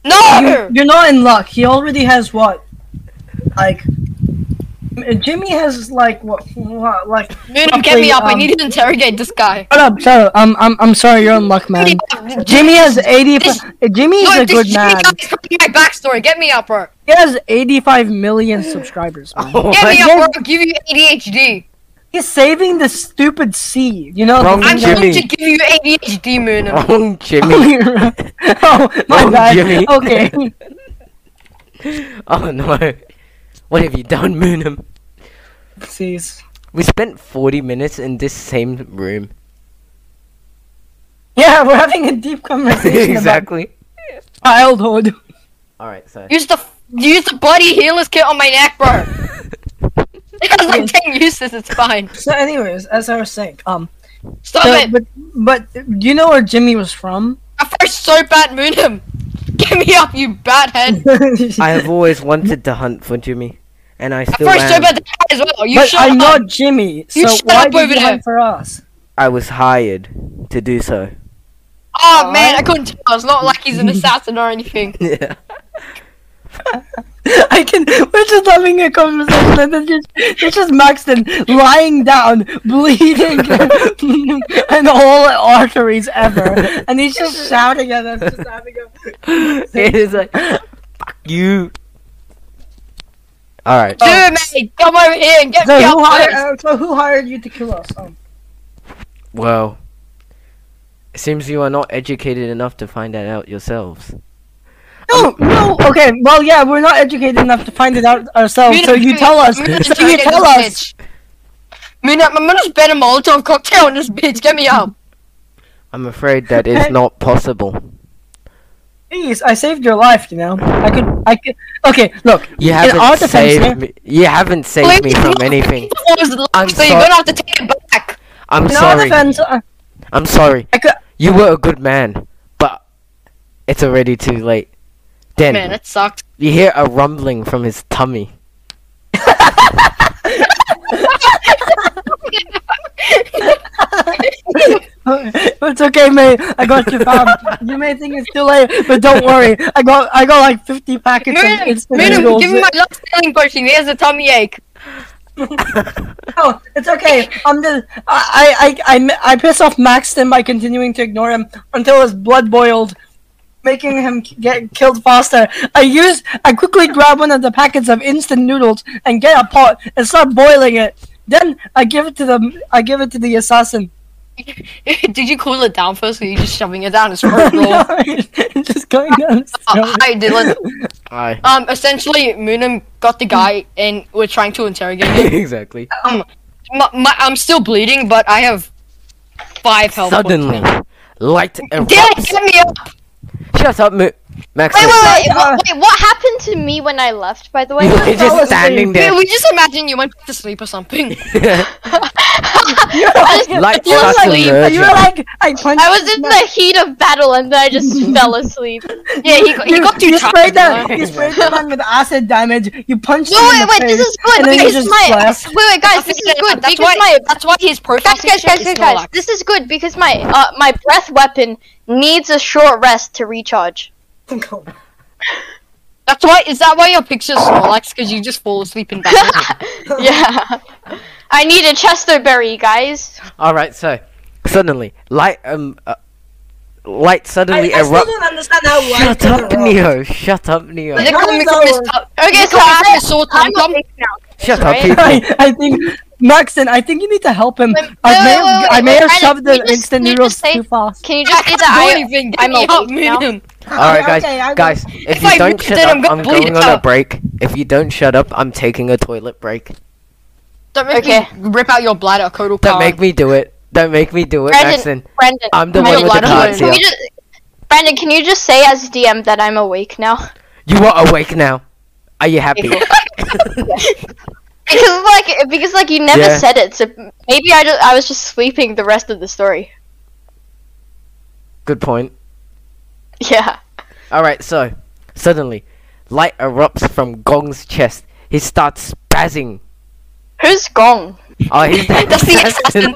No! You're not in luck. He already has what, like, Jimmy has like what, what like. Noob, get me up! I um, need to interrogate this guy. Shut up, shut up. I'm I'm I'm sorry. You're in luck, man. Jimmy has eighty. This- Jimmy is No, um, a good this man. guy is copying my backstory. Get me up, bro. He has eighty-five million subscribers. Man. Get me What? up, Yes. bro. I'll give you ADHD. He's saving the stupid seed. You know. the Wrong thing I'm Jimmy. that- going to give you ADHD, Moonim. Wrong Oh, Jimmy. oh, my Wrong bad. Jimmy. Okay. oh no. What have you done, Moonum? Oopsies. We spent 40 minutes in this same room. Yeah, we're having a deep conversation exactly. about childhood. Alright, so. Use the use the bloody healer's kit on my neck, bro. It has like ten uses. It's fine. So, anyways, as I was saying, um, Stop so- it. but but do you know where Jimmy was from? I first so bad Moonim. Get me up, you bad head. I have always wanted to hunt for Jimmy. And I I still first so am. bad the guy as well. You but shut I'm up. not Jimmy, so You shut up why did over you there. hunt for us? I was hired to do so. Oh man, I couldn't tell. It's not like he's an assassin or anything. Yeah. I can. We're just having a conversation, and then just it's just Maxton lying down, bleeding, and all arteries ever, and he's just shouting at us, just having a it is like, fuck you. Alright. Dude, man, come over here and get So me Oh. who, up. hired, first. uh, so who hired you to kill us? Um, Well, it seems you are not educated enough to find that out yourselves. no, no. Okay, well, yeah, we're not educated enough to find it out ourselves. Moonim, Oh, so you Moonim, tell us. Moonim, So you target tell this us. bitch. Moonim, I'm gonna spend a Molotov cocktail on this bitch. Get me up. I'm afraid that is not possible. Please, I saved your life. You know, I could, I could. Okay, look. You in our haven't defense, saved yeah, me. You haven't saved me from anything. That was luck, I'm so you're sorry. gonna have to take it back. I'm In our sorry. defense, uh, I'm sorry. I could. You were a good man, but it's already too late. Then Man, that sucked. you hear a rumbling from his tummy. it's okay, mate. I got you, fam. you may think it's too late, but don't worry. I got, I got like fifty packets of Moonim, instant Moonim, noodles. give me my last healing potion. He has a tummy ache. No, Oh, it's okay. I'm just, I, I, I, I, I piss off Maxton by continuing to ignore him until his blood boiled, making him k- get killed faster. I use, I quickly grab one of the packets of instant noodles and get a pot and start boiling it. Then I give it to the, I give it to the assassin. Did you cool it down first, or you just shoving it down his throat? bro? No, it's just going down. his Oh, Uh, throat. hi, Dylan. Aye. Um, essentially, Moonim got the guy, and we're trying to interrogate him. exactly. my, my, I'm still bleeding, but I have five health. points Suddenly, now. light Dylan, erupts. get me up! Shut up, Mo- Max. Wait, wait, wait, Uh, wait, wait, what happened to me when I left, by the way? You were I just was standing Wait, there. we just imagine you went to sleep or something. Light You were starts like- You're emerging. like, I punched. I was in the heat of battle and then I just fell asleep. yeah, he, got- he You, got too you sprayed tired. that. you know? You sprayed the man with acid damage. You punched. No, him wait, in the wait, this face, is good. And then This you is just my. left. Wait, wait, guys, this is good. That's Because why. my. that's why his profile Guys, guys, picture guys, is guys, not guys. like- This is good because my uh, my breath weapon needs a short rest to recharge. That's why. Is that why your picture is Snorlax? Because you just fall asleep in bed. yeah. I need a Chesterberry, guys. All right, so suddenly light um uh, light I, suddenly I still erupts. don't understand how light Shut can up, erupt. Neo. Shut up, Neo. They Why call me is our- Miss Tom. Okay, so call me I'm, Miss Soul Tom I'm Tom. awake now. Shut up, Right? people. I, I think Maxton, I think you need to help him. I wait, may wait, have, wait, I may wait, have Alex, shoved can the you just- instant can you noodles just say- too fast. Can I you just say can't that do I? anything. Get I'm me out, awake now. Minion. All right, Okay, guys. okay, I will. guys, if, If you I don't mute shut it, up, I'm gonna I'm bleed going on a out. break. If you don't shut up, I'm taking a toilet break. Don't make Okay. me rip out your bladder, Kodo Don't Khan. make me do it. Don't make me do it, Brandon, Maxon. Brandon, I'm the I'm one a with the lot of learning. cards can here. you just, Brandon, can you just say as DM that I'm awake now? You are awake now. Are you happy? Because like, because like, you never Yeah. said it, so maybe I, ju- I was just sleeping the rest of the story. Good point. Yeah. All right, so suddenly, light erupts from Gong's chest. He starts spazzing. Who's Gong? Oh, he's That's the assassin.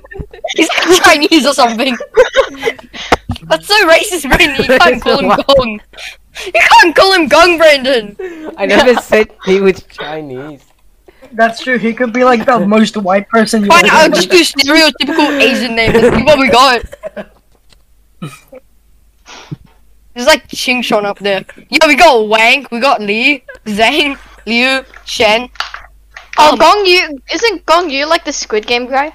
He's Chinese or something. That's so racist, Brandon. You can't call him What? Gong. You can't call him Gong, Brandon. I never said he was Chinese. That's true. He could be like the most white person you Fine, I'll ever just do stereotypical Asian names. Let's see what we got. There's like Ching Shon up there. Yeah, we got Wang, we got Li, Zhang, Liu, Shen. Oh, Um, Gong Yu isn't Gong Yu like the Squid Game guy?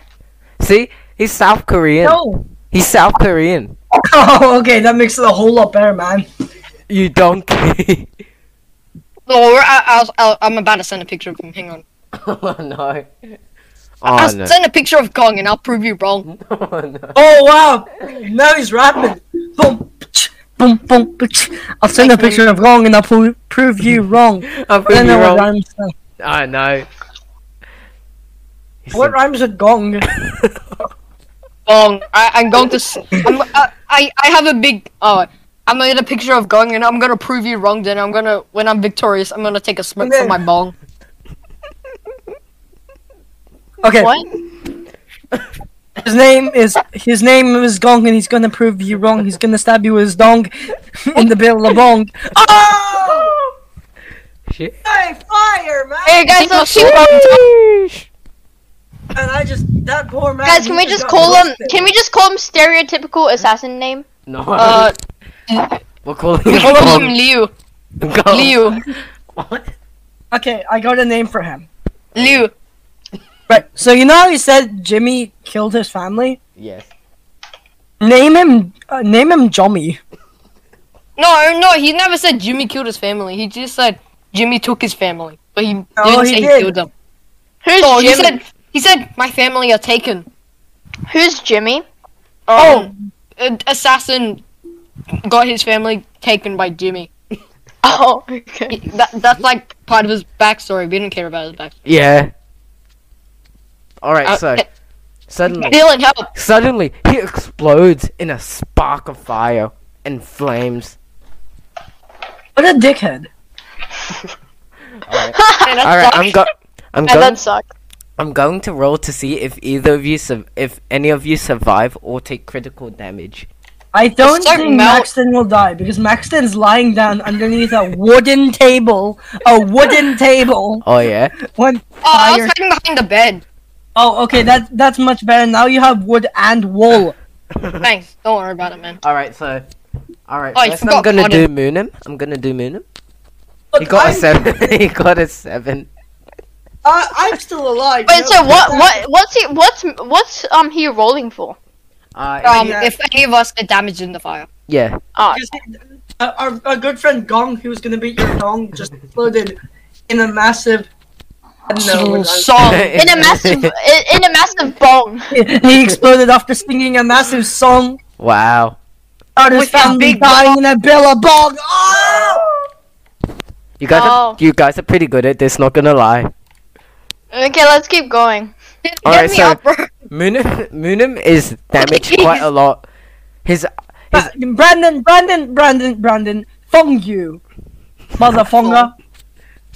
See, he's South Korean. No. He's South Korean. Oh, okay. That makes it a whole lot better, man. You donkey. Oh, we're- I, I, I'm about to send a picture of him. Hang on. oh no. I'll Oh no. send a picture of Gong and I'll prove you wrong. Oh no. Oh wow! Now he's rapping. Boom, pch, boom, boom. pch. I'll send a picture of wrong and I'll pro- prove you wrong. I'm I don't know what wrong. rhymes. with- I know. What rhymes with gong? Gong, I, I'm going to. s- I'm, I, I, I have a big. Oh, I'm gonna get a picture of Gong and I'm gonna prove you wrong. Then I'm gonna, when I'm victorious, I'm gonna take a smoke from my bong. Okay. What? His name is his name is Gong, and he's gonna prove you wrong. He's gonna stab you with his dong in the bill of bong. Oh! Shit. Hey, fire, man! Hey guys, Think of let's- Sue- Sheesh. And I just that poor man. guys, can we just call him? Can we just call him stereotypical assassin name? No. Uh, we're calling we him call him Gong. Liu. Gong. Liu. What? Okay, I got a name for him. Liu. Right. So you know how he said Jimmy killed his family? Yes. Name him. Uh, name him Jommy. No, no, he never said Jimmy killed his family. He just said Jimmy took his family, but he Oh, didn't he say did. he killed them. Who's No, he Jimmy? said he said my family are taken. Who's Jimmy? oh, assassin got his family taken by Jimmy. Oh, okay. He- that, that's like part of his backstory. We didn't care about his backstory. Yeah. All right. Uh, so uh, suddenly, Dylan, help! Oh, suddenly he explodes in a spark of fire and flames. What a dickhead. Hey, that's All right. dark. I'm go. I'm Yeah, going. that sucks. I'm going to roll to see if either of you, su- if any of you survive or take critical damage. I don't start think melt- Maxton will die because Maxton's lying down underneath a wooden table. A wooden table. Oh yeah. When Oh, I fire- was hiding behind the bed. Oh, okay, that that's much better. Now you have wood and wool. Thanks. Don't worry about it, man. All right. So. All right. Oh, you first I'm forgot gonna Conan. do Moonim. I'm gonna do Moonim. He Look, got a I'm, seven. he got a seven. I, I'm still alive. Wait, you know? so what? What? What's he? What's what's um he rolling for? Uh, Um, Yeah. if any of us are damaged in the fire. yeah. Oh, Because uh, our, our good friend Gong, who was gonna beat your Gong, just exploded in a massive. I don't know, what it song. in a massive, in in a massive bong. was. he exploded after singing a massive song. wow. Out his With his family big dying in a billabong. Oh! You guys, Oh. are, you guys are pretty good at this. Not gonna lie. Okay, let's keep going. Get, All get right, me so- out, bro. Moonim, Moonim is damaged Please. quite a lot. His Bra- Brandon, Brandon, Brandon, Brandon, fong you, motherfucker.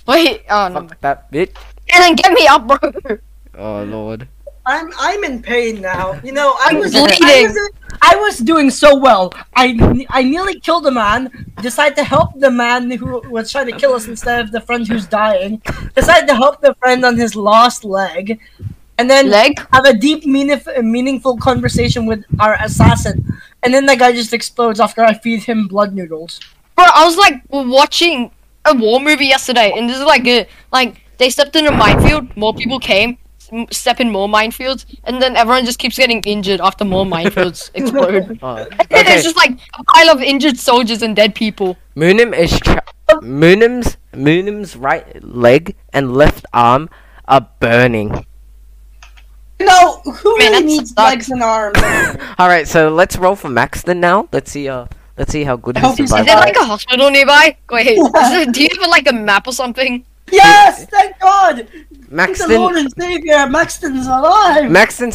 Wait, oh no. fuck um, that bitch. Dylan, get me up, bro. Oh lord. I'm I'm in pain now. You know, I I'm was I bleeding. was, I was doing so well. I I nearly killed a man. Decided to help the man who was trying to kill us instead of the friend who's dying. Decided to help the friend on his last leg, and then Leg? have a deep, meanif- meaningful conversation with our assassin. and then that guy just explodes after I feed him blood noodles. Bro, I was like watching a war movie yesterday, and this is like a like they stepped in a minefield. More people came, m- step in more minefields, and then everyone just keeps getting injured after more minefields explode. Oh. And Okay. It's just like a pile of injured soldiers and dead people. Moonim is tra- Moonim's Moonim's right leg and left arm are burning. No, who Man, really that needs sucks. legs and arms? All right, so let's roll for Maxton now. Let's see. Uh, let's see how good I he hope he's Is survived. there like a hospital nearby? Wait, is there, do you have like a map or something? yes, thank God. Thank the Lord Maxton. and Savior, Maxton's alive. Maxton Bro, I'm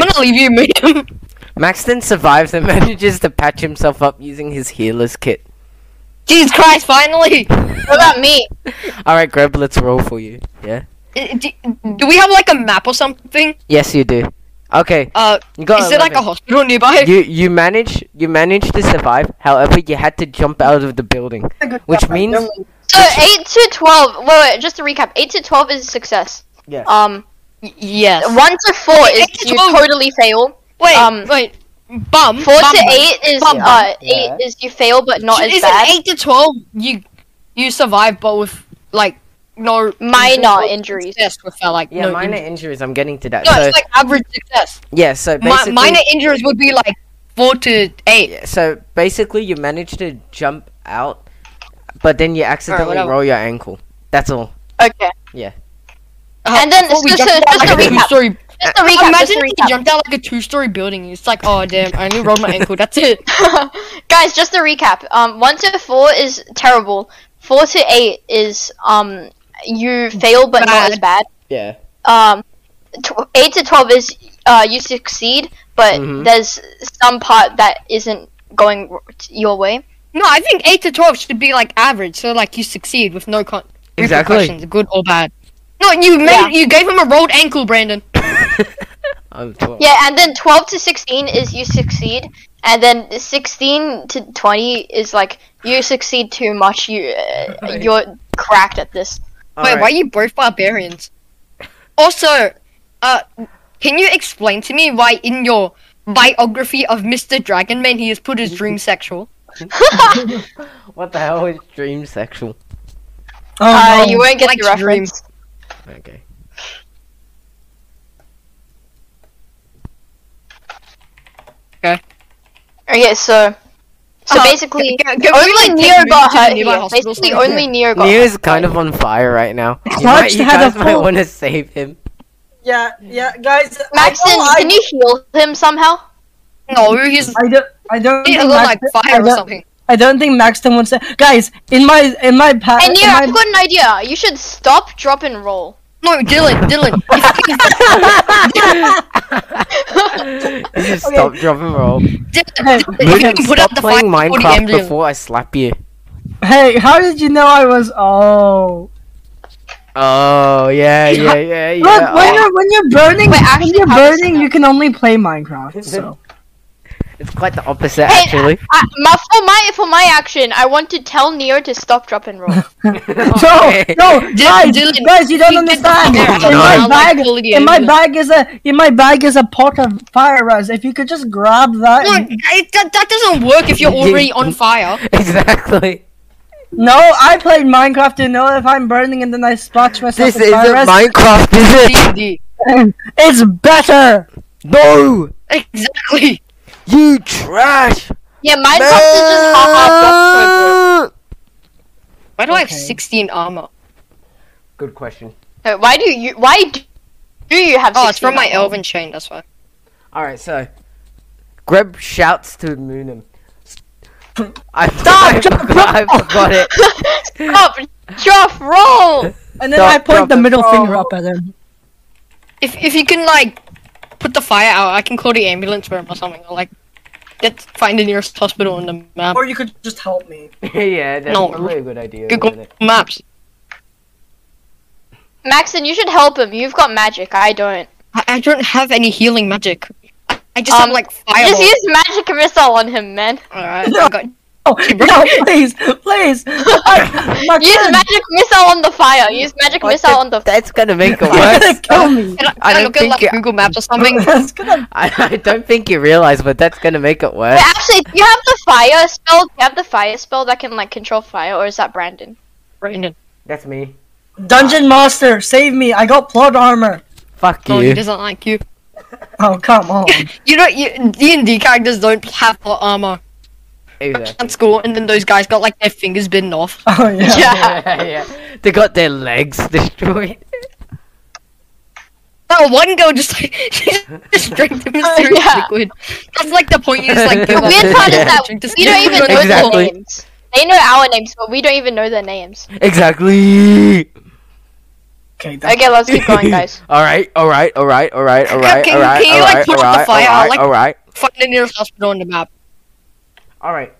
survives. gonna leave you, Miriam. Maxton survives and manages to patch himself up using his healer's kit. Jesus Christ! Finally, What about me? All right, Greb, let's roll for you. Yeah. I- do, do we have like a map or something? Yes, you do. Okay. Uh, You got is there like a 11. hospital nearby? You you manage you manage to survive. However, you had to jump out of the building, Thank God which I means don't. So eight to twelve. Wait, wait, just to recap, eight to twelve is a success. Yeah. Uh, Um, Y- yes. one to four is eight to you 12. totally fail. Wait, Um, wait. Bum. Four bum, to bum. eight is Bum, bum. uh Yeah. eight is you fail but not So as isn't bad. eight to twelve you you survive, but with like no Minor injuries. Yes, without like yeah, no minor injuries. injuries. I'm getting to that. No, so it's like average success. yeah, so Mi- basically, minor injuries would be like four to eight. yeah, so basically, you manage to jump out, but then you accidentally whatever. roll your ankle. That's all. Okay. Uh, And then- before we so- jumped so- out, just like to a recap. two-story. Just to recap. Imagine just if to you recap. jumped out like a two-story building. It's like, oh damn, I only rolled my ankle. That's it. Guys, just to recap. Um, one to four is terrible. Four to eight is um you fail but not Bad. as bad. Yeah. Um, tw- eight to twelve is uh you succeed but Mhm. there's some part that isn't going r- your way. No, I think eight to twelve should be like average. So like you succeed with no con- Exactly. repercussions, good or bad. No, you made Yeah. you gave him a rolled ankle, Brandon. I'm twelve. Yeah, and then 12 to 16 is you succeed, and then 16 to 20 is like you succeed too much. You uh, Right. you're cracked at this. All Wait, right. why are you both barbarians? Also, uh, can you explain to me why in your biography of Mr. Dragonman he has put his dream sexual? What the hell is dream sexual? Oh, Uh, no. you won't get Like the reference. Okay. Okay, so so Uh, basically, g- g- can we, only like, take Neo Moon got to the hurt. nearby Here. hospital Basically, somewhere? only Neo got. Neo is kind of on fire right now. You, Clutch might, you had a guys might full- want to save him. Yeah, yeah, guys. uh, Maxon, Oh, I, can know you heal him somehow? Uh, No, he's I, I don't. I don't. he think look like Maxton- I fire or don't- something. I don't think Maxton would say. Guys, in my in my past. and Neo, I've got an idea. You should stop, drop, and roll. No, Dylan, Dylan. You just Stop, drop, and roll. Dylan, Dylan, if you Moon, can put stop out the fire before playing the Minecraft emblem. before I slap you. Hey, how did you know I was? Oh, Oh yeah, yeah, yeah, Oh, yeah. look when you're when you're burning, Wait, when actually, you're how does it burning, know? you can only play Minecraft. So It's quite the opposite, Hey, actually. I, my, for my for my action, I want to tell Neo to stop, drop, and roll. no, no, guys, Dylan, guys, you don't he did the understand. fire. In my No. bag, Like, fully in my emblem. bag is a in my bag is a pot of fire rose. If you could just grab that. No, and- it, that, that doesn't work if you're Yeah. already on fire. exactly. No, I played Minecraft to know if I'm burning and then I splotch myself This with isn't fire rose. Minecraft, is it? D&D. it's better. No, Exactly. you trash. Yeah, Minecraft is just ha Why do I have Okay. 16 armor? Good question. ha. Why do you? Why do- do you have? Oh, it's 16 from my now? elven chain, that's why. All right, so Greb shouts to Moonim. I, Stop, I, drop, forgot, I forgot it. Stop! Drop! Roll! And then Stop, I drop point the the middle phone. finger up at him. If if you can like put the fire out, I can call the ambulance for him or something. Or like get find the nearest hospital on the map. you could just help me. yeah, that's No. probably a good idea. isn't Google it? Maps. Maxon, you should help him. You've got magic. I don't. I, I don't have any healing magic. I, I just Um, have like fire. Just use magic missile on him, man. Alright, I got No, Oh, no, please, please. I, my Use friend, magic missile on the fire. Use magic What missile the- on the fire. That's gonna make it you're gonna worse. kill me. Can I, can I I don't look at think like it- Google Maps or something? That's gonna. I, I don't think you realize, but that's gonna make it worse. Wait, actually, do you have the fire spell? Do you have the fire spell that can like control fire, or is that Brandon? Brandon. That's me. Dungeon master, save me! I got plot armor. Fuck No, he you. doesn't like Oh, you. Oh come on. You know, D and D characters don't have plot armor. Either. At school, and then those guys got like their fingers bitten off. Oh yeah. yeah, yeah. They got their legs destroyed. That one girl just like she just drank the mysterious Oh, Yeah. liquid. That's like the point you just like The give The up. weird part Yeah. is that Drink this we don't even liquid. know Exactly. their names. They know our names, but we don't even know their names. Exactly. Okay. That, Okay, let's keep going, guys. all right, all right, all right, all right, all right, Can- all right, can you, all like, right, put all out the right, fire? all right, Like- all right, Find the nearest hospital on the map. all right.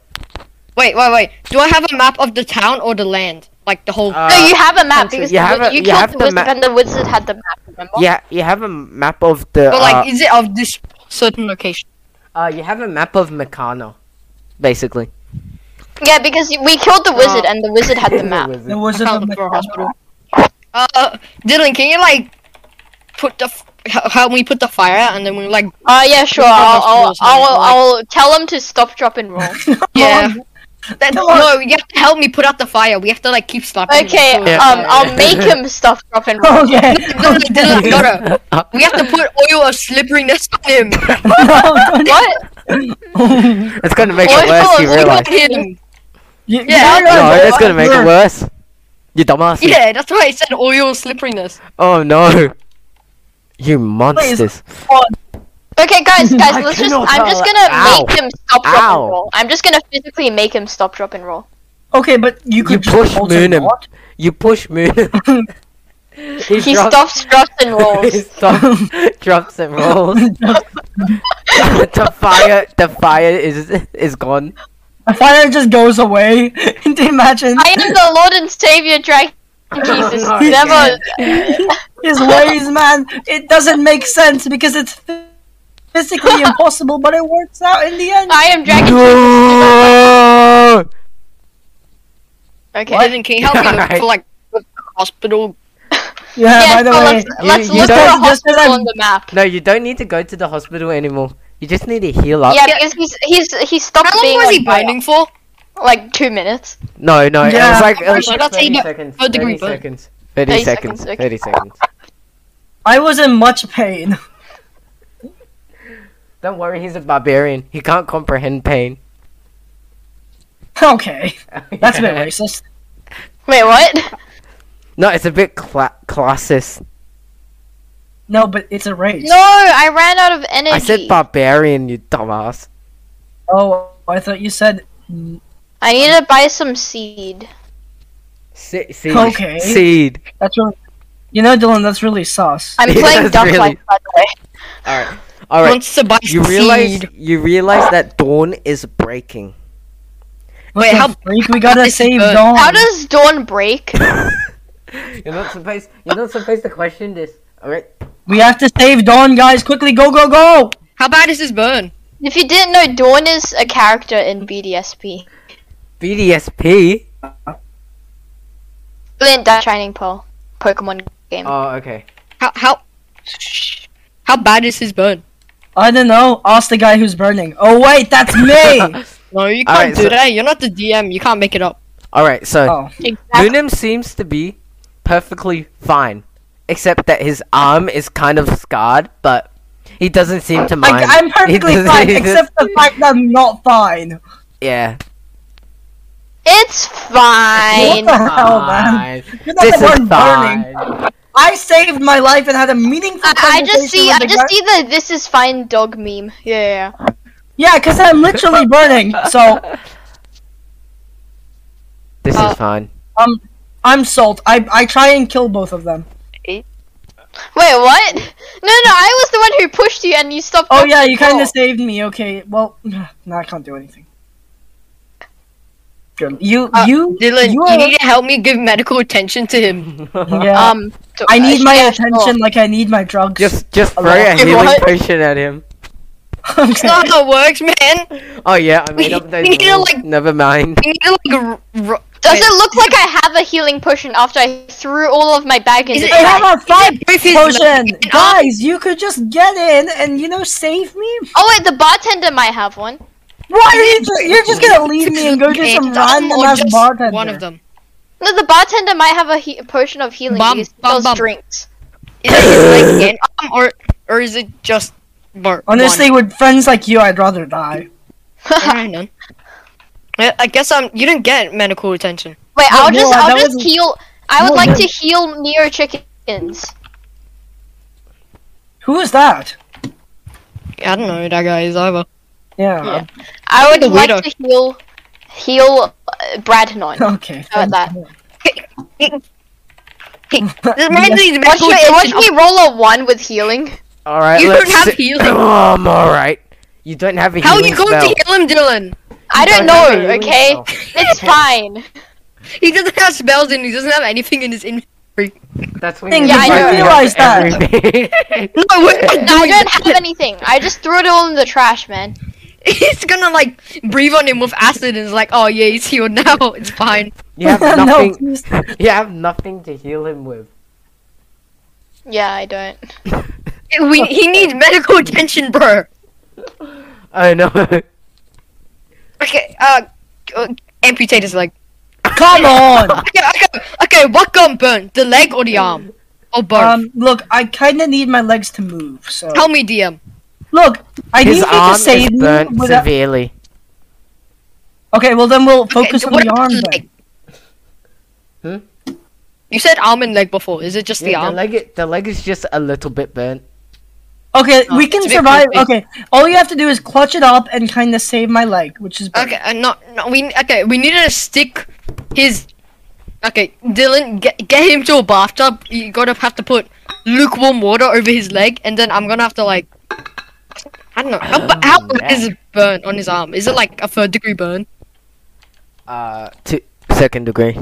Wait, wait, wait. Do I have a map of the town or the land? Like the whole. no, Uh, you have a map country. because You the have wi- a- you you killed have the the wizard map. and the wizard had the map. Remember? Yeah, you have a map of the. but like, uh, is it of this certain location? uh, you have a map of Meccano, basically. Yeah, because we killed the wizard and the wizard had The the map. Uh, wizard. there was I can't look for a hospital. a Uh, Dylan, can you like put the f- h- help me put the fire out and then we like Uh, yeah, sure. Yeah, I'll, that's I'll, rules, I'll, man. I'll, tell them to stop, drop, and roll. yeah. That, Come on. no, you have to help me put out the fire. We have to like keep slapping. Okay, them. um, Yeah. Oh, I'll make him stop, drop, and roll. Okay. No, no, Dylan, no, no. We have to put oil of slipperiness on him. What? Oh, It's gonna make Oil it worse. of You liquid. realize? on him. You- Yeah. you No, know that's what? gonna make it You're- worse. You dumbass. Yeah, that's why I said oil of slipperiness. Oh no. You monsters. Okay, guys, I guys, let's just. cannot I'm just tell. gonna Ow. make him stop, drop, Ow. and roll. I'm just gonna physically make him stop, drop, and roll. Okay, but you could just push also moon him. not. You push Moon. he He drops- stops, drops, and he rolls. stops, drops and rolls. the fire, the fire is is gone. The fire just goes away. Can you imagine? I am the Lord and Savior, Dragon Jesus. No, Never. His ways, man. It doesn't make sense because it's phy- physically impossible, but it works out in the end. I am Dragon Jesus. No! Okay. Dylan, can you help me look Alright. for like the hospital? yeah, Yeah, by the so way, let's, let's you look for don't- a just as hospital I'm- on the map. No, you don't need to go to the hospital anymore. You just need to heal up. Yeah, because he's he's he stopped How long being was on he fire. burning for? Like two minutes. No, no, it Yeah. was like it was Should like I say 30 no- seconds. third 30 degree burn? seconds. 30, 30 seconds. seconds, okay. 30 seconds. I was in much pain. Don't worry, he's a barbarian. He can't comprehend pain. Okay, that's a bit racist. Wait, what? No, it's a bit cla- classist. No, but it's a race. No, I ran out of energy. I said barbarian, you dumbass. Oh, I thought you said. I need to buy some seed. Se- seed. Okay. Seed. That's really. You know, Dylan, that's really sus. I'm Yeah, playing that's Duck really- Life, by the way. All right. All right. Wants to buy You realize seed. you realize that dawn is breaking. What Wait, the how- freak? we gotta this is save good. Oh. Dawn. How does Dawn break? You're not supposed. You're not supposed to question this. All right. we have to save Dawn, guys! Quickly, go, go, go! How bad is his burn? if you didn't know, Dawn is a character in BDSP. BDSP. Brilliant Dark Shining Pearl. Pokemon game. Oh, okay. How how Shh. how bad is his burn? I don't know. Ask the guy who's burning. Oh wait, that's me. No, you can't Alright, do so- that. You're not the DM. You can't make it up. All right. So oh, exactly. Lunim seems to be perfectly fine, except that his arm is kind of scarred, but he doesn't seem to mind. I, I'm He perfectly doesn't- fine, he except the just- fact that I'm not fine. yeah. It's fine. What the Oh, hell, Oh, man? Fine. You're not This the is one burning. fine. I saved my life and had a meaningful I, I conversation just see, with I the just guy- see the this is fine dog meme. Yeah, yeah, yeah. Yeah, because I'm literally burning. So This Uh, is fine. um, I'm salt. I I try and kill both of them. Wait, what? No, no, I was the one who pushed you and you stopped. Oh yeah, you kind Oh. of saved me. Okay, well, no, I can't do anything. Good. You Uh, you Dylan, you you, are- need to help me give medical attention to him. yeah. Um, so- I need my yeah, sure. attention like I need my drugs. Just, just a throw a lot. healing What? potion at him. It's not how it works, man. Oh yeah, I made up those You know, rules. like- Never mind. You need to like. R- r- Does it look like I have a healing potion after I threw all of my bag in Is the it- I trash? have a five both his potion, legs and guys. You could just get in and you know save me. Oh wait, the bartender might have one. Why are you? ju- You're just gonna leave me and go do Okay, some it's awesome, random or ass just bartender. One of them. No, the bartender might have a he- a potion of healing Bum, because he bum, sells bum. drinks. Is it his leg and arm, or or is it just bar? Honestly, with friends like you, I'd rather die. I know. Yeah, I guess um, you didn't get medical attention. Wait, No, I'll just Noah, I'll that just was- heal. I would Noah, like that- to heal Neo chickens. Who is that? I don't know who that guy is either. Yeah. I would the like weirdo. to heal heal uh, Bradnon. Okay. How about that? This reminds me of Watch medical me, watch attention. me roll a one with healing. All right. You don't let's have sit- healing. Oh, I'm all right. You don't have a How are healing you going spell. to heal him, Dylan? I don't don't have a know. healing Okay, spell. it's fine. He doesn't have spells and he doesn't have anything in his inventory. That's when Thing, you yeah, I find know. out realized that. everything. No, Oh, wait, No, I don't have anything. I just threw it all in the trash, man. He's gonna like breathe on him with acid and is like, oh yeah, he's healed now. It's fine. you have No, nothing. please. you have nothing to heal him with. Yeah, I don't. We he needs medical attention, bro. I know. Okay, uh, uh amputate his leg. Come on. Okay, okay, okay. What gun burn? The leg or the arm? Or both? Um, look, I kind of need my legs to move. So Tell me, um, DM. look, I need His you arm to is save me. burnt Without... severely. Okay, well then we'll focus Okay, on the what- arm. like- Then. You said arm and leg before. Is it just the Hmm? Yeah, the arm? leg. i- The leg is just a little bit burnt. Okay, Oh, we can it's a bit survive. confusing. Okay, all you have to do is clutch it up and kind of save my leg, which is better. Okay, uh, no, no, we okay. We need to stick his. Okay, Dylan, get get him to a bathtub. You gotta have to put lukewarm water over his leg, and then I'm gonna have to like. I don't know. How, bu- how bad yeah. is it burn on his arm? Is it like a third degree burn? Uh, to second degree.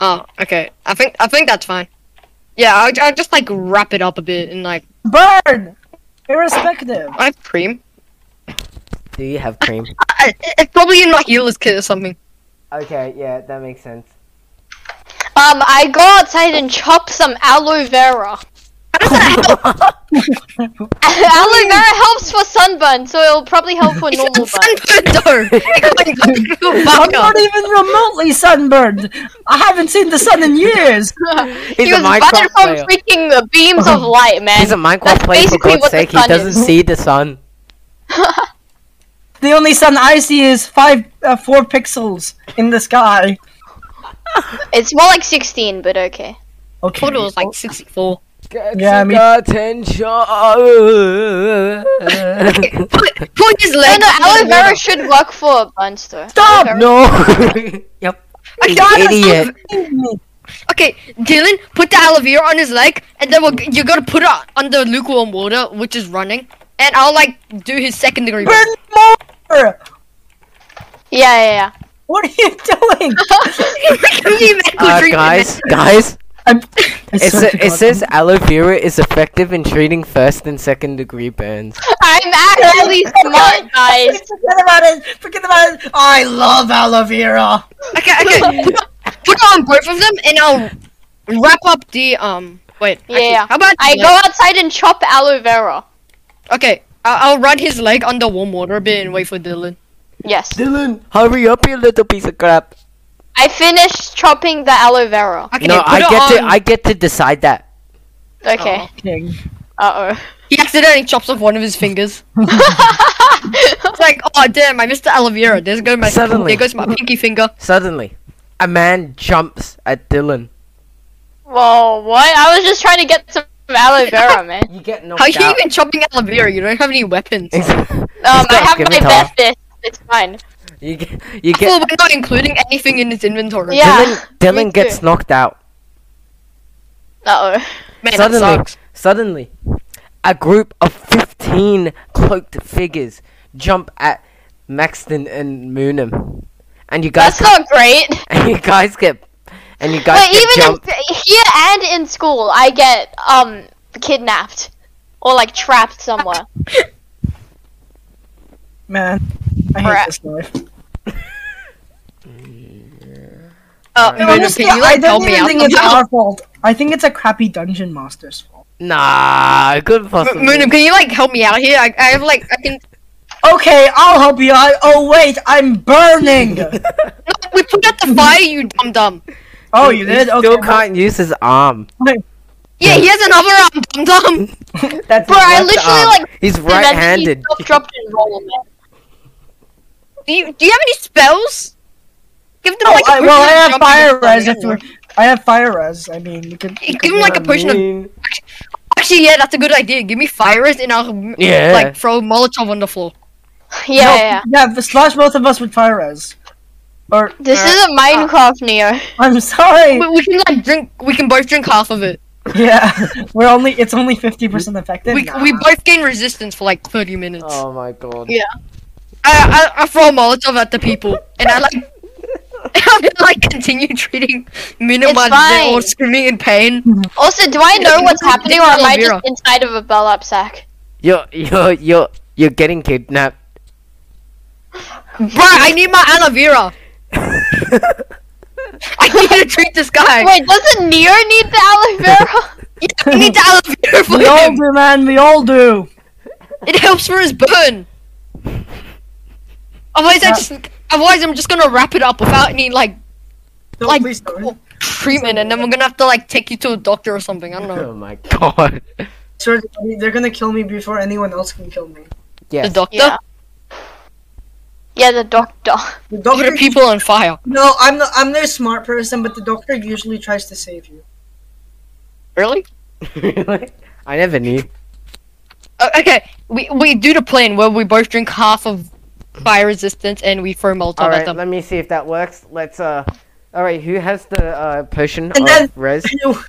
Oh, okay. I think I think that's fine. Yeah, I'll, I'll just like wrap it up a bit and like Burn, irrespective. I have cream. Do you have cream? I, I- it's probably in my healer's kit or something. okay. Yeah, that makes sense. Um, I go outside and chop some aloe vera. How does that help? aloe vera helps for sunburn, so it'll probably help for It's normal a burn. sunburn though. It goes like- I'm not even remotely sunburned. I haven't seen the sun in years. He's he a was Minecraft buttered from player. freaking the beams of light, man. He's a Minecraft That's player for basically God's what the sake. He sun doesn't is. see the sun. The only sun I see is five, uh, four pixels in the sky. It's more like 16, but okay. Okay. Total is like sixty-four. Get Yeah, I some mean- attention. Put, put his No, leg. Oh, no, aloe in the vera water. should work for burns though. Stop! Aloe vera- no. yep. Okay, You honestly- idiot. Okay, Dylan, put the aloe vera on his leg, and then we'll, you're gonna put it under lukewarm water, which is running, and I'll like do his second degree. burn. Burn more! Yeah, yeah, What are you doing? Give me medical Uh, treatment, guys, man. guys. I'm, I It's swear to it God. says aloe vera is effective in treating first and second degree burns. yeah. I'm actually smart, guys. Forget about it. Forget about it. I love aloe vera. Okay, okay, put, put it on both of them, and I'll wrap up the um. Wait, actually, Yeah. How about I the go leg? outside and chop aloe vera. Okay, I'll, I'll run his leg under warm water a bit and wait for Dylan. Yes. Dylan, hurry up, you little piece of crap. I finished chopping the aloe vera. Okay, No, put I it get to on- I get to decide that. Okay. King. Uh He accidentally chops off one of his fingers. oh. It's like, oh damn, I missed the aloe vera. There's go my Suddenly. there goes my pinky finger. Oh, Suddenly, a man jumps at Dylan. Whoa, what? I was just trying to get some aloe vera, man. You get knocked How are you out. even chopping aloe vera? You don't have any weapons. He's- Um, he's got I a have my scimitar. best fist. It's fine. You get, you Well, get we're not including anything in his inventory. Yeah. Dylan, me Dylan too. gets knocked out. Uh oh. man, that suddenly, sucks. suddenly, a group of 15 cloaked figures jump at Maxton and Moonham. And you guys That's not great. and you guys get and you guys But get even jumped. in, here and in school, I get um kidnapped or like trapped somewhere. man. I hate Crap. this life. Oh, Right. Honestly, uh, can you, like, I help don't me even out think it's somehow? our fault. I think it's a crappy dungeon master's fault. Nah, good M- possible. Moonum, can you like help me out here? I, I have like I can. Okay, I'll help you. I oh wait, I'm burning. No, we put out the fire, you dum dum. oh, you did. He Okay, still well, can't use his arm. Yeah, he has another arm, dum dum. That's Bro, his I left literally, arm. like, He's right-handed. Stop, dropped and rolled. man. Do you do you have any spells? Give them Oh, like a I, potion well, of I have jumping fire or res. If something. we're, I have fire res. I mean, we could we Give could him, like, do a that. potion of- mean, Actually, yeah, that's a good idea. Give me fire res and I'll Yeah. like throw Molotov on the floor. Yeah, No, yeah, yeah. yeah. the- Slash both of us with fire res. Or This isn't Minecraft, Neo. I'm sorry. We, we can like drink. We can both drink half of it. yeah, we're only. It's only fifty percent effective. We we both gain resistance for like thirty minutes. Oh my god. Yeah. I, I I throw Molotov at the people and I like. I like continue treating Minima It's as they're all fine. screaming in pain. Also, do I know Yeah, what's you can happening, take or out am I Elvira. just inside of a burlap sack? You're you're you're you're getting kidnapped. Bruh, I need my aloe vera. I need to treat this guy. Wait, doesn't Neo need the aloe vera? I need the aloe vera for We all him. do, man. We all do. It helps for his burn. Otherwise, I Uh, just otherwise I'm just gonna wrap it up without any like No, like please don't. treatment, and then we're gonna have to like take you to a doctor or something. I don't know. Oh my god. Sure, they're gonna kill me before anyone else can kill me. The Yes. doctor. Yeah. Yeah, the doctor. The Put doctor. the people on fire. No, I'm not. I'm no smart person, but the doctor usually tries to save you. Really? Really? I never knew. Uh, okay, we we do the plan where we both drink half of fire resistance and we throw Oh, Molotov All at right, them. let me see if that works. Let's uh. All right, who has the uh potion And of then- res? You-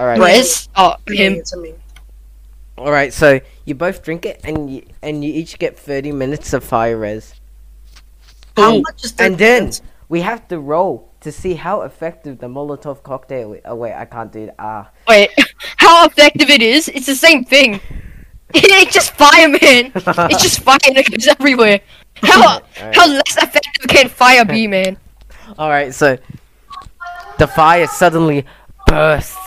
All right. Rez? Oh, him. It's a me. All right. So you both drink it, and you and you each get thirty minutes of fire res. How Ooh. much is And the- then we have to roll to see how effective the Molotov cocktail. i- Oh wait, I can't do that. Ah, Wait, how effective it is? It's the same thing. it's just fire, man. It's just fire and it goes everywhere. How how less effective can fire be, man? all right. So the fire suddenly bursts,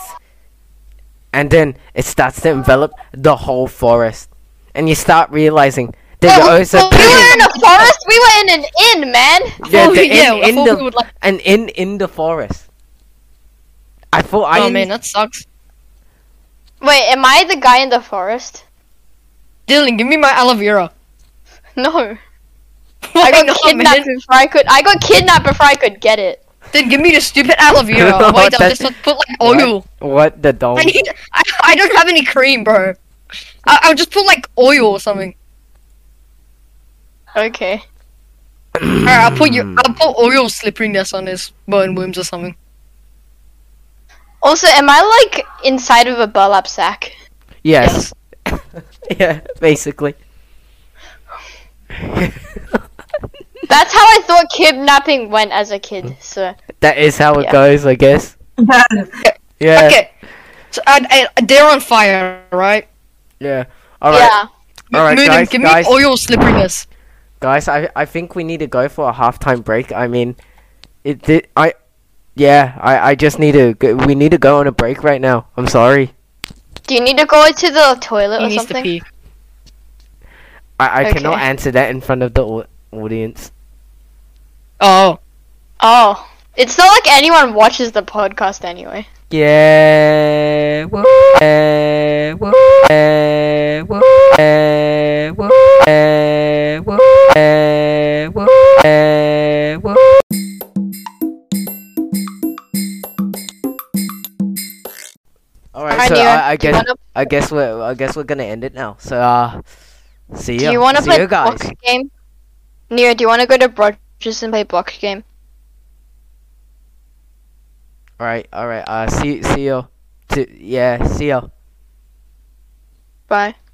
and then it starts to envelop the whole forest, and you start realizing that you're Well, well, also We you were in a forest. We were in an inn, man. Yeah, Oh, the yeah, inn I in thought the- we would like- an inn in the forest. I thought I. Oh man, that sucks. Wait, am I the guy in the forest? Dylan, give me my aloe vera. No, I Why got not, kidnapped man? before I could. I got kidnapped before I could get it. Then give me the stupid aloe vera. What Wait, I'll the- just put like oil. What the I dog? need. I, I don't have any cream, bro. I, I'll just put like oil or something. Okay. Alright, I'll put your. I'll put oil slipperiness on his bone worms or something. Also, am I like inside of a burlap sack? Yes. yeah, basically. That's how I thought kidnapping went as a Hmm. kid. So that is how it Yeah. goes, I guess. Yeah. Okay. So I, I, they're on fire, right? Yeah. All right. yeah, All right, Moodin, guys. give guys, me oil slipperiness. guys, I I think we need to go for a halftime break. I mean, it did. I. Yeah, I, I just need to. Go, we need to go on a break right now. I'm sorry. do you need to go to the toilet He or needs to something? pee. I, I cannot Okay. answer that in front of the au- audience. Oh. Oh, it's not like anyone watches the podcast anyway. Yeah. woo, eh, woo, eh, woo, eh, woo, eh, woo, eh, woo, eh, woo. All right, Alright, so uh, Neo, I, I do you guess wanna- I guess we're I guess we're gonna end it now. So uh, see ya. do you want to see play you guys. block game? Neo, do you want to go to Rogers and play block game? All right, all right. Uh, see see ya. See- yeah, see ya. Bye.